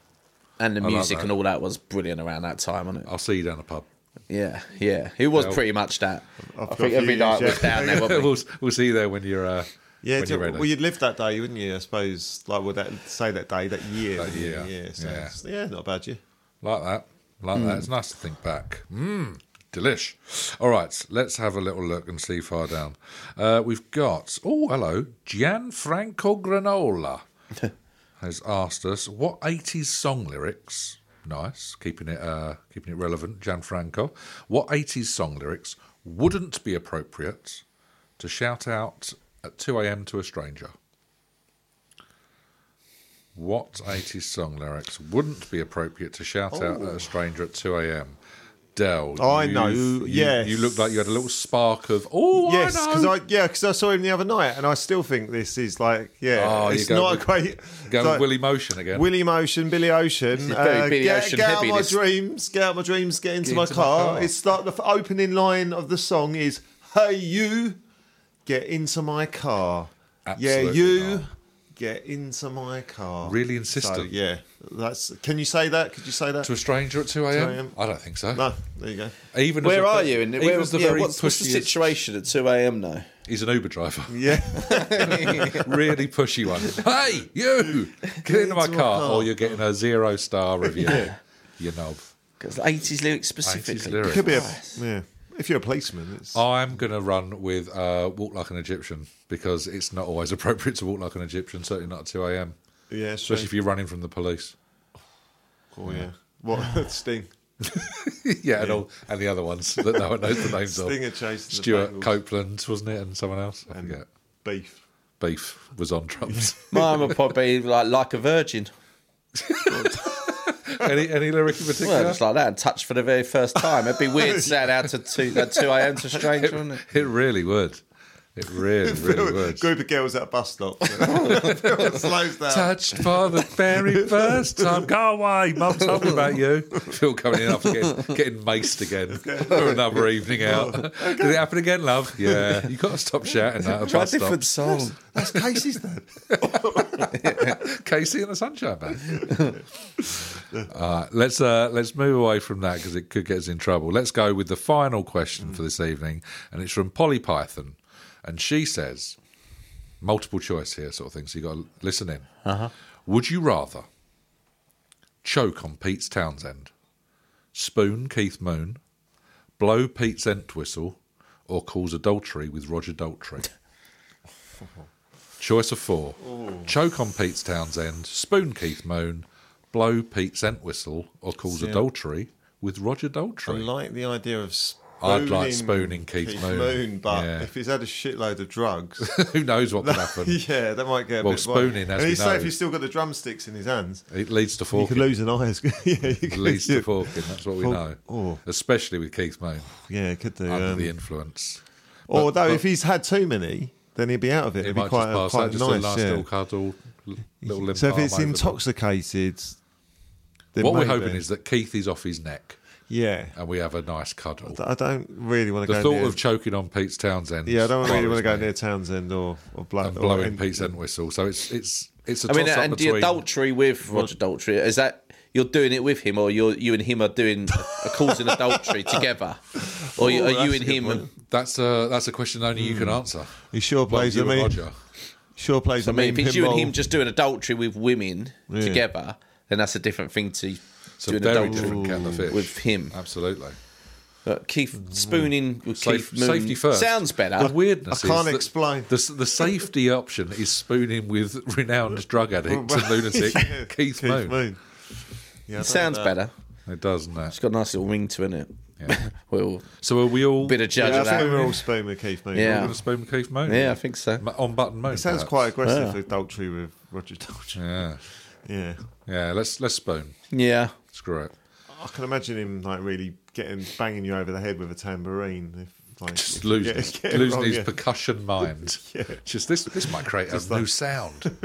Speaker 3: And the
Speaker 1: like
Speaker 3: music
Speaker 1: that.
Speaker 3: and all that was brilliant around that time, wasn't it?
Speaker 2: Oh.
Speaker 1: I'll see you down the pub.
Speaker 3: Yeah, yeah. It was
Speaker 1: Well,
Speaker 3: pretty much that. i
Speaker 2: I've got
Speaker 3: think
Speaker 2: a
Speaker 3: every
Speaker 2: few
Speaker 3: night
Speaker 2: years,
Speaker 3: was down there, wasn't
Speaker 1: we'll, we'll see you there when you're. Uh,
Speaker 2: Yeah,
Speaker 1: when
Speaker 2: do-
Speaker 1: you're ready.
Speaker 2: well, you'd lived that day, wouldn't you? I suppose, like, would that say that day, that year,
Speaker 1: That
Speaker 2: wouldn't you?
Speaker 1: year,
Speaker 2: yeah, so
Speaker 1: yeah.
Speaker 2: it's- yeah, not a bad year.
Speaker 1: Like that. Like that. It's nice to think back. Mmm. Delish. All right, let's have a little look and see far down. Uh, we've got, oh, hello, Gianfranco Granola has asked us what 80s song lyrics, nice, keeping it, uh, keeping it relevant, Gianfranco, what 80s song lyrics wouldn't be appropriate to shout out at 2 a.m. to a stranger? What 80s song lyrics wouldn't be appropriate to shout out at a stranger at 2 a.m.? Dell.
Speaker 2: Oh. I
Speaker 1: you-
Speaker 2: know,
Speaker 1: You,
Speaker 2: yes.
Speaker 1: You looked like you had a little spark of, oh,
Speaker 2: Yes,
Speaker 1: I
Speaker 2: because
Speaker 1: know.
Speaker 2: I yeah, because I saw him the other night, and I still think this is like yeah,
Speaker 1: Oh, you
Speaker 2: it's
Speaker 1: go
Speaker 2: not
Speaker 1: with-
Speaker 2: a great.
Speaker 1: Going
Speaker 2: it's
Speaker 1: with
Speaker 2: like,
Speaker 1: Willie Motion again.
Speaker 2: Willie Motion, Billy Ocean,
Speaker 3: very
Speaker 2: uh,
Speaker 3: Billy
Speaker 2: get,
Speaker 3: Ocean
Speaker 2: get out
Speaker 3: heavy,
Speaker 2: of my
Speaker 3: this.
Speaker 2: dreams, get out of my dreams, get into,
Speaker 1: Get
Speaker 2: my,
Speaker 1: into my
Speaker 2: car.
Speaker 1: car.
Speaker 2: It's like the f- opening line of the song is "Hey you, get into my car." yeah,
Speaker 1: Absolutely
Speaker 2: you
Speaker 1: not.
Speaker 2: get into my car.
Speaker 1: Really
Speaker 2: So,
Speaker 1: insistent.
Speaker 2: yeah, that's. Can you say that? Could you say that?
Speaker 1: To a stranger at 2 a.m.?
Speaker 2: 2
Speaker 1: I don't think so.
Speaker 2: No, there you go.
Speaker 1: Even as
Speaker 3: Where
Speaker 1: a-
Speaker 3: are you? And
Speaker 1: even
Speaker 3: where,
Speaker 1: as the
Speaker 3: yeah,
Speaker 1: very
Speaker 3: what's, what's the
Speaker 1: pushiest-
Speaker 3: situation at 2 a.m. now?
Speaker 1: He's an Uber driver.
Speaker 2: Yeah,
Speaker 1: really pushy one. Hey, you! Get into my
Speaker 2: into my
Speaker 1: car,
Speaker 2: car.
Speaker 1: or you're getting a zero star review. You knob.
Speaker 3: 'Cause the 80s lyrics
Speaker 1: 80s
Speaker 3: specifically.
Speaker 1: lyrics.
Speaker 2: could be a yeah. If you're a policeman, it's
Speaker 1: I'm going to run with uh, Walk Like an Egyptian because it's not always appropriate to walk like an Egyptian, certainly not at 2 a.m.,
Speaker 2: yeah,
Speaker 1: especially if you're running from the police.
Speaker 2: Oh yeah. What Sting?
Speaker 1: yeah, and, all, and the other ones that no one knows the names of.
Speaker 2: Stinger chasing the
Speaker 1: Stuart
Speaker 2: Bengals.
Speaker 1: Copeland, wasn't it? And someone else? I forget.
Speaker 2: Beef.
Speaker 1: Beef was on drums.
Speaker 3: Mine would probably be like, like a virgin.
Speaker 1: any, any lyric in particular?
Speaker 3: Well, just like that, and touch for the very first time. It'd be weird to say out to 2, at 2 a.m. to a stranger, wouldn't it?
Speaker 1: It really would. It really, really would.
Speaker 2: Group of girls at a bus stop. slows down.
Speaker 1: Touched for the very first time. Go away, mum told me about you. Phil coming in after getting, getting maced again for another
Speaker 3: Oh,
Speaker 1: evening out. Did it happen again, love? Yeah. you got to stop shouting that at
Speaker 3: Try a
Speaker 1: bus
Speaker 3: different
Speaker 1: stops.
Speaker 3: song.
Speaker 2: That's Casey's dad.
Speaker 1: Casey and the Sunshine Band. All right, let's uh, let's move away from that because it could get us in trouble. Let's go with the final question for this evening, and it's from Polly Python, and she says, multiple choice here, sort of thing. So you got to listen in. Uh-huh. Would you rather choke on Pete's Townsend, spoon Keith Moon, blow Pete's Entwistle, or cause adultery with Roger Daltrey? Choice of four. Choke on Pete's Townsend, spoon Keith Moon, blow Pete's Entwistle, or cause adultery with Roger
Speaker 2: I
Speaker 1: Daltrey.
Speaker 2: like the idea of s-
Speaker 1: I'd like spooning Keith, Moon.
Speaker 2: but
Speaker 1: Yeah.
Speaker 2: if he's had a shitload of drugs,
Speaker 1: Who knows what would happen?
Speaker 2: yeah, that might get a
Speaker 1: Well,
Speaker 2: bit
Speaker 1: spooning, as
Speaker 2: And
Speaker 1: we
Speaker 2: he's
Speaker 1: know.
Speaker 2: safe. He's still got the drumsticks in his hands.
Speaker 1: It leads to
Speaker 2: You could
Speaker 1: forking.
Speaker 2: lose an eye. yeah, you
Speaker 1: It
Speaker 2: could,
Speaker 1: leads to
Speaker 2: yeah.
Speaker 1: forking. That's what we
Speaker 2: Fork-
Speaker 1: know.
Speaker 2: Oh.
Speaker 1: Especially with Keith Moon
Speaker 2: Yeah, it could do.
Speaker 1: under
Speaker 2: Um,
Speaker 1: the influence.
Speaker 2: Although
Speaker 1: but-
Speaker 2: if he's had too many, then he'd be out of it.
Speaker 1: It
Speaker 2: It'd be
Speaker 1: might
Speaker 2: quite,
Speaker 1: just pass
Speaker 2: quite
Speaker 1: out, just
Speaker 2: nice.
Speaker 1: a last
Speaker 2: yeah.
Speaker 1: little cuddle, l- little limp
Speaker 2: so if
Speaker 1: arm
Speaker 2: it's
Speaker 1: over them.
Speaker 2: intoxicated, then
Speaker 1: What we're
Speaker 2: maybe.
Speaker 1: hoping is that Keith is off his neck
Speaker 2: yeah.
Speaker 1: and we have a nice cuddle.
Speaker 2: I don't really want to
Speaker 1: The
Speaker 2: go.
Speaker 1: thought
Speaker 2: near,
Speaker 1: of choking on Pete's Townsend.
Speaker 2: yeah, I don't really
Speaker 1: worries
Speaker 2: want to go
Speaker 1: me.
Speaker 2: near Townsend or or Blunt
Speaker 1: and
Speaker 2: or
Speaker 1: blowing
Speaker 2: any-
Speaker 1: Pete's end whistle. So it's it's it's a
Speaker 3: I
Speaker 1: toss
Speaker 3: mean,
Speaker 1: up
Speaker 3: and the
Speaker 1: between.
Speaker 3: adultery with Roger Daltrey is that you're doing it with him, or you're you and him are doing are causing adultery together,
Speaker 1: Oh,
Speaker 3: or you,
Speaker 2: Ooh,
Speaker 3: are
Speaker 2: that's
Speaker 3: you
Speaker 2: a
Speaker 3: and
Speaker 2: good
Speaker 3: him?
Speaker 2: point.
Speaker 3: And,
Speaker 1: that's a that's a question only you can
Speaker 2: Hmm.
Speaker 1: answer.
Speaker 2: He sure
Speaker 1: Well,
Speaker 2: plays
Speaker 1: you
Speaker 2: a
Speaker 1: and
Speaker 2: mean.
Speaker 1: Roger.
Speaker 2: Sure plays
Speaker 3: I
Speaker 2: a
Speaker 3: mean,
Speaker 2: mean.
Speaker 3: if it's you and
Speaker 2: pinball.
Speaker 3: him just doing adultery with women
Speaker 2: Yeah.
Speaker 3: together, then that's a different thing to
Speaker 1: It's a
Speaker 3: doing
Speaker 1: very
Speaker 3: adultery
Speaker 1: different kettle of fish Uh,
Speaker 3: with him.
Speaker 1: Absolutely.
Speaker 3: But Keith spooning with
Speaker 1: Safe,
Speaker 3: Keith Moon
Speaker 1: safety first.
Speaker 3: sounds better.
Speaker 1: The weirdness
Speaker 2: I can't
Speaker 1: is that
Speaker 2: explain.
Speaker 1: The, the safety option is spooning with renowned drug addict and lunatic
Speaker 2: Yeah,
Speaker 1: Keith, Moon.
Speaker 2: Yeah, I
Speaker 3: It
Speaker 2: don't
Speaker 3: sounds
Speaker 2: know.
Speaker 3: better.
Speaker 1: It does, doesn't
Speaker 3: It's
Speaker 1: it?
Speaker 3: got a nice little wing to it.
Speaker 1: Yeah.
Speaker 3: well,
Speaker 1: So are we all
Speaker 3: bit of judge
Speaker 2: Yeah, I
Speaker 3: of that.
Speaker 2: think we were all spoon with Keith Moon.
Speaker 3: Yeah.
Speaker 1: going to spoon with Keith Moon?
Speaker 3: yeah, I think so.
Speaker 1: On button Moon.
Speaker 2: It sounds quite aggressive adultery with Roger Daltrey.
Speaker 1: Yeah.
Speaker 2: Yeah.
Speaker 1: Yeah. Let's let's spoon.
Speaker 3: Yeah.
Speaker 1: Screw it.
Speaker 2: I can imagine him like really getting banging you over the head with a tambourine. If, like, if
Speaker 1: Just
Speaker 2: you
Speaker 1: losing,
Speaker 2: get-
Speaker 1: it-
Speaker 2: get it
Speaker 1: losing
Speaker 2: wrong,
Speaker 1: his
Speaker 2: yeah.
Speaker 1: percussion mind. Just this, this might create a new sound.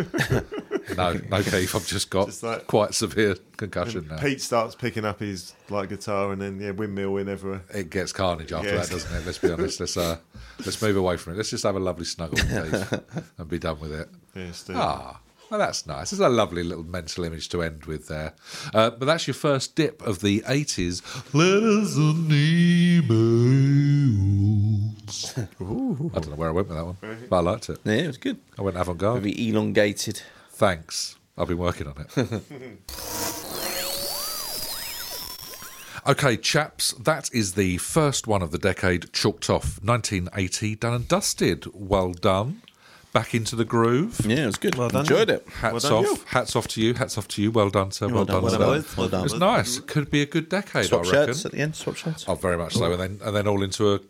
Speaker 1: no, no, Keith, I've just got
Speaker 2: Just like-
Speaker 1: quite severe concussion now.
Speaker 2: Pete starts picking up his like guitar and then yeah, windmill in everywhere.
Speaker 1: It gets carnage after
Speaker 2: Yes.
Speaker 1: that, doesn't it? Let's be honest. Let's uh, let's move away from it. Let's just have a lovely snuggle, Keith, and be done with it.
Speaker 2: Yeah, Stu.
Speaker 1: Ah, well, that's nice. It's a lovely little mental image to end with there. Uh, but that's your first dip of the 80s. Letters and emails. I don't know where I went with that one, but I liked it.
Speaker 3: Yeah, it was good.
Speaker 1: I went avant garde.
Speaker 3: Very elongated.
Speaker 1: Thanks. I've been working on it. okay, chaps, that is the first one of the decade chalked off. 1980, done and dusted. Well done. Back into the groove.
Speaker 3: Yeah, it was good.
Speaker 2: done.
Speaker 3: Enjoyed it.
Speaker 1: Hats
Speaker 2: Well done.
Speaker 1: off, hats off to you, hats off to you. Well done, sir. Well, done,
Speaker 3: well
Speaker 1: sir.
Speaker 2: done, boys. Well done.
Speaker 1: It's nice. It could be a good decade,
Speaker 3: Swap
Speaker 1: I reckon.
Speaker 3: shirts at the end. Swap shirts.
Speaker 1: Oh, very much so. And then and then all into a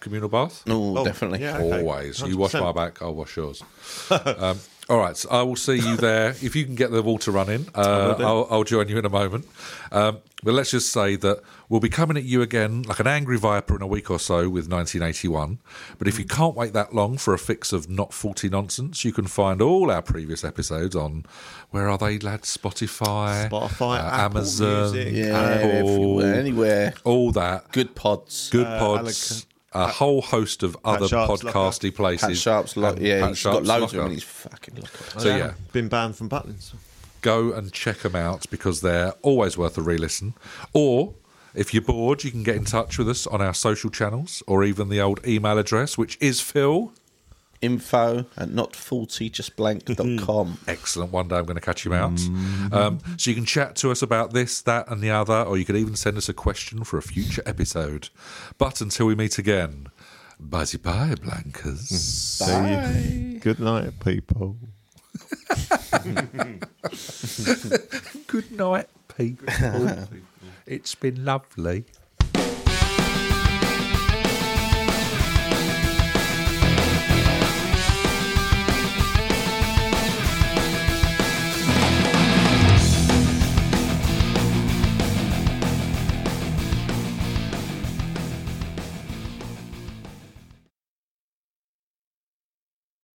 Speaker 1: communal bath.
Speaker 3: No,
Speaker 2: Oh,
Speaker 3: definitely.
Speaker 2: yeah. okay.
Speaker 1: Always. You wash
Speaker 2: 100%.
Speaker 1: my back, I'll wash yours. um, all right, so I will see you there. If you can get the water running, uh, I'll, I'll join you in a moment. Um, but let's just say that we'll be coming at you again like an angry viper in a week or so with 1981. But if you
Speaker 2: Mm.
Speaker 1: can't wait that long for a fix of not faulty nonsense, you can find all our previous episodes on where are they, lads? Spotify, uh,
Speaker 2: Spotify, Apple
Speaker 1: Amazon,
Speaker 2: Music,
Speaker 3: Yeah,
Speaker 1: Apple,
Speaker 3: everywhere, anywhere.
Speaker 1: all that.
Speaker 3: Good pods.
Speaker 1: Good
Speaker 2: Uh,
Speaker 1: Pods, a whole host of other
Speaker 2: Sharp's
Speaker 1: podcasty places.
Speaker 3: Pat Sharp's lot.
Speaker 1: And
Speaker 3: Yeah,
Speaker 1: Pat
Speaker 3: he's got
Speaker 1: Sharp's
Speaker 3: loads of them.
Speaker 1: locker.
Speaker 3: and He's fucking locker.
Speaker 1: So yeah,
Speaker 2: been banned from buttons.
Speaker 1: go and check them out because they're always worth a re-listen. Or if you're bored, you can get in touch with us on our social channels or even the old email address, which is Phil.
Speaker 3: Info at not faulty, just blank dot
Speaker 1: Mm-hmm.
Speaker 3: com.
Speaker 1: Excellent. One day I'm going to catch him out.
Speaker 3: Mm-hmm.
Speaker 1: Um, so you can chat to us about this, that, and the other, or you could even send us a question for a future episode. But until we meet again, bye bye, Blankers.
Speaker 2: Good night, people.
Speaker 1: Good night, people. it's been lovely.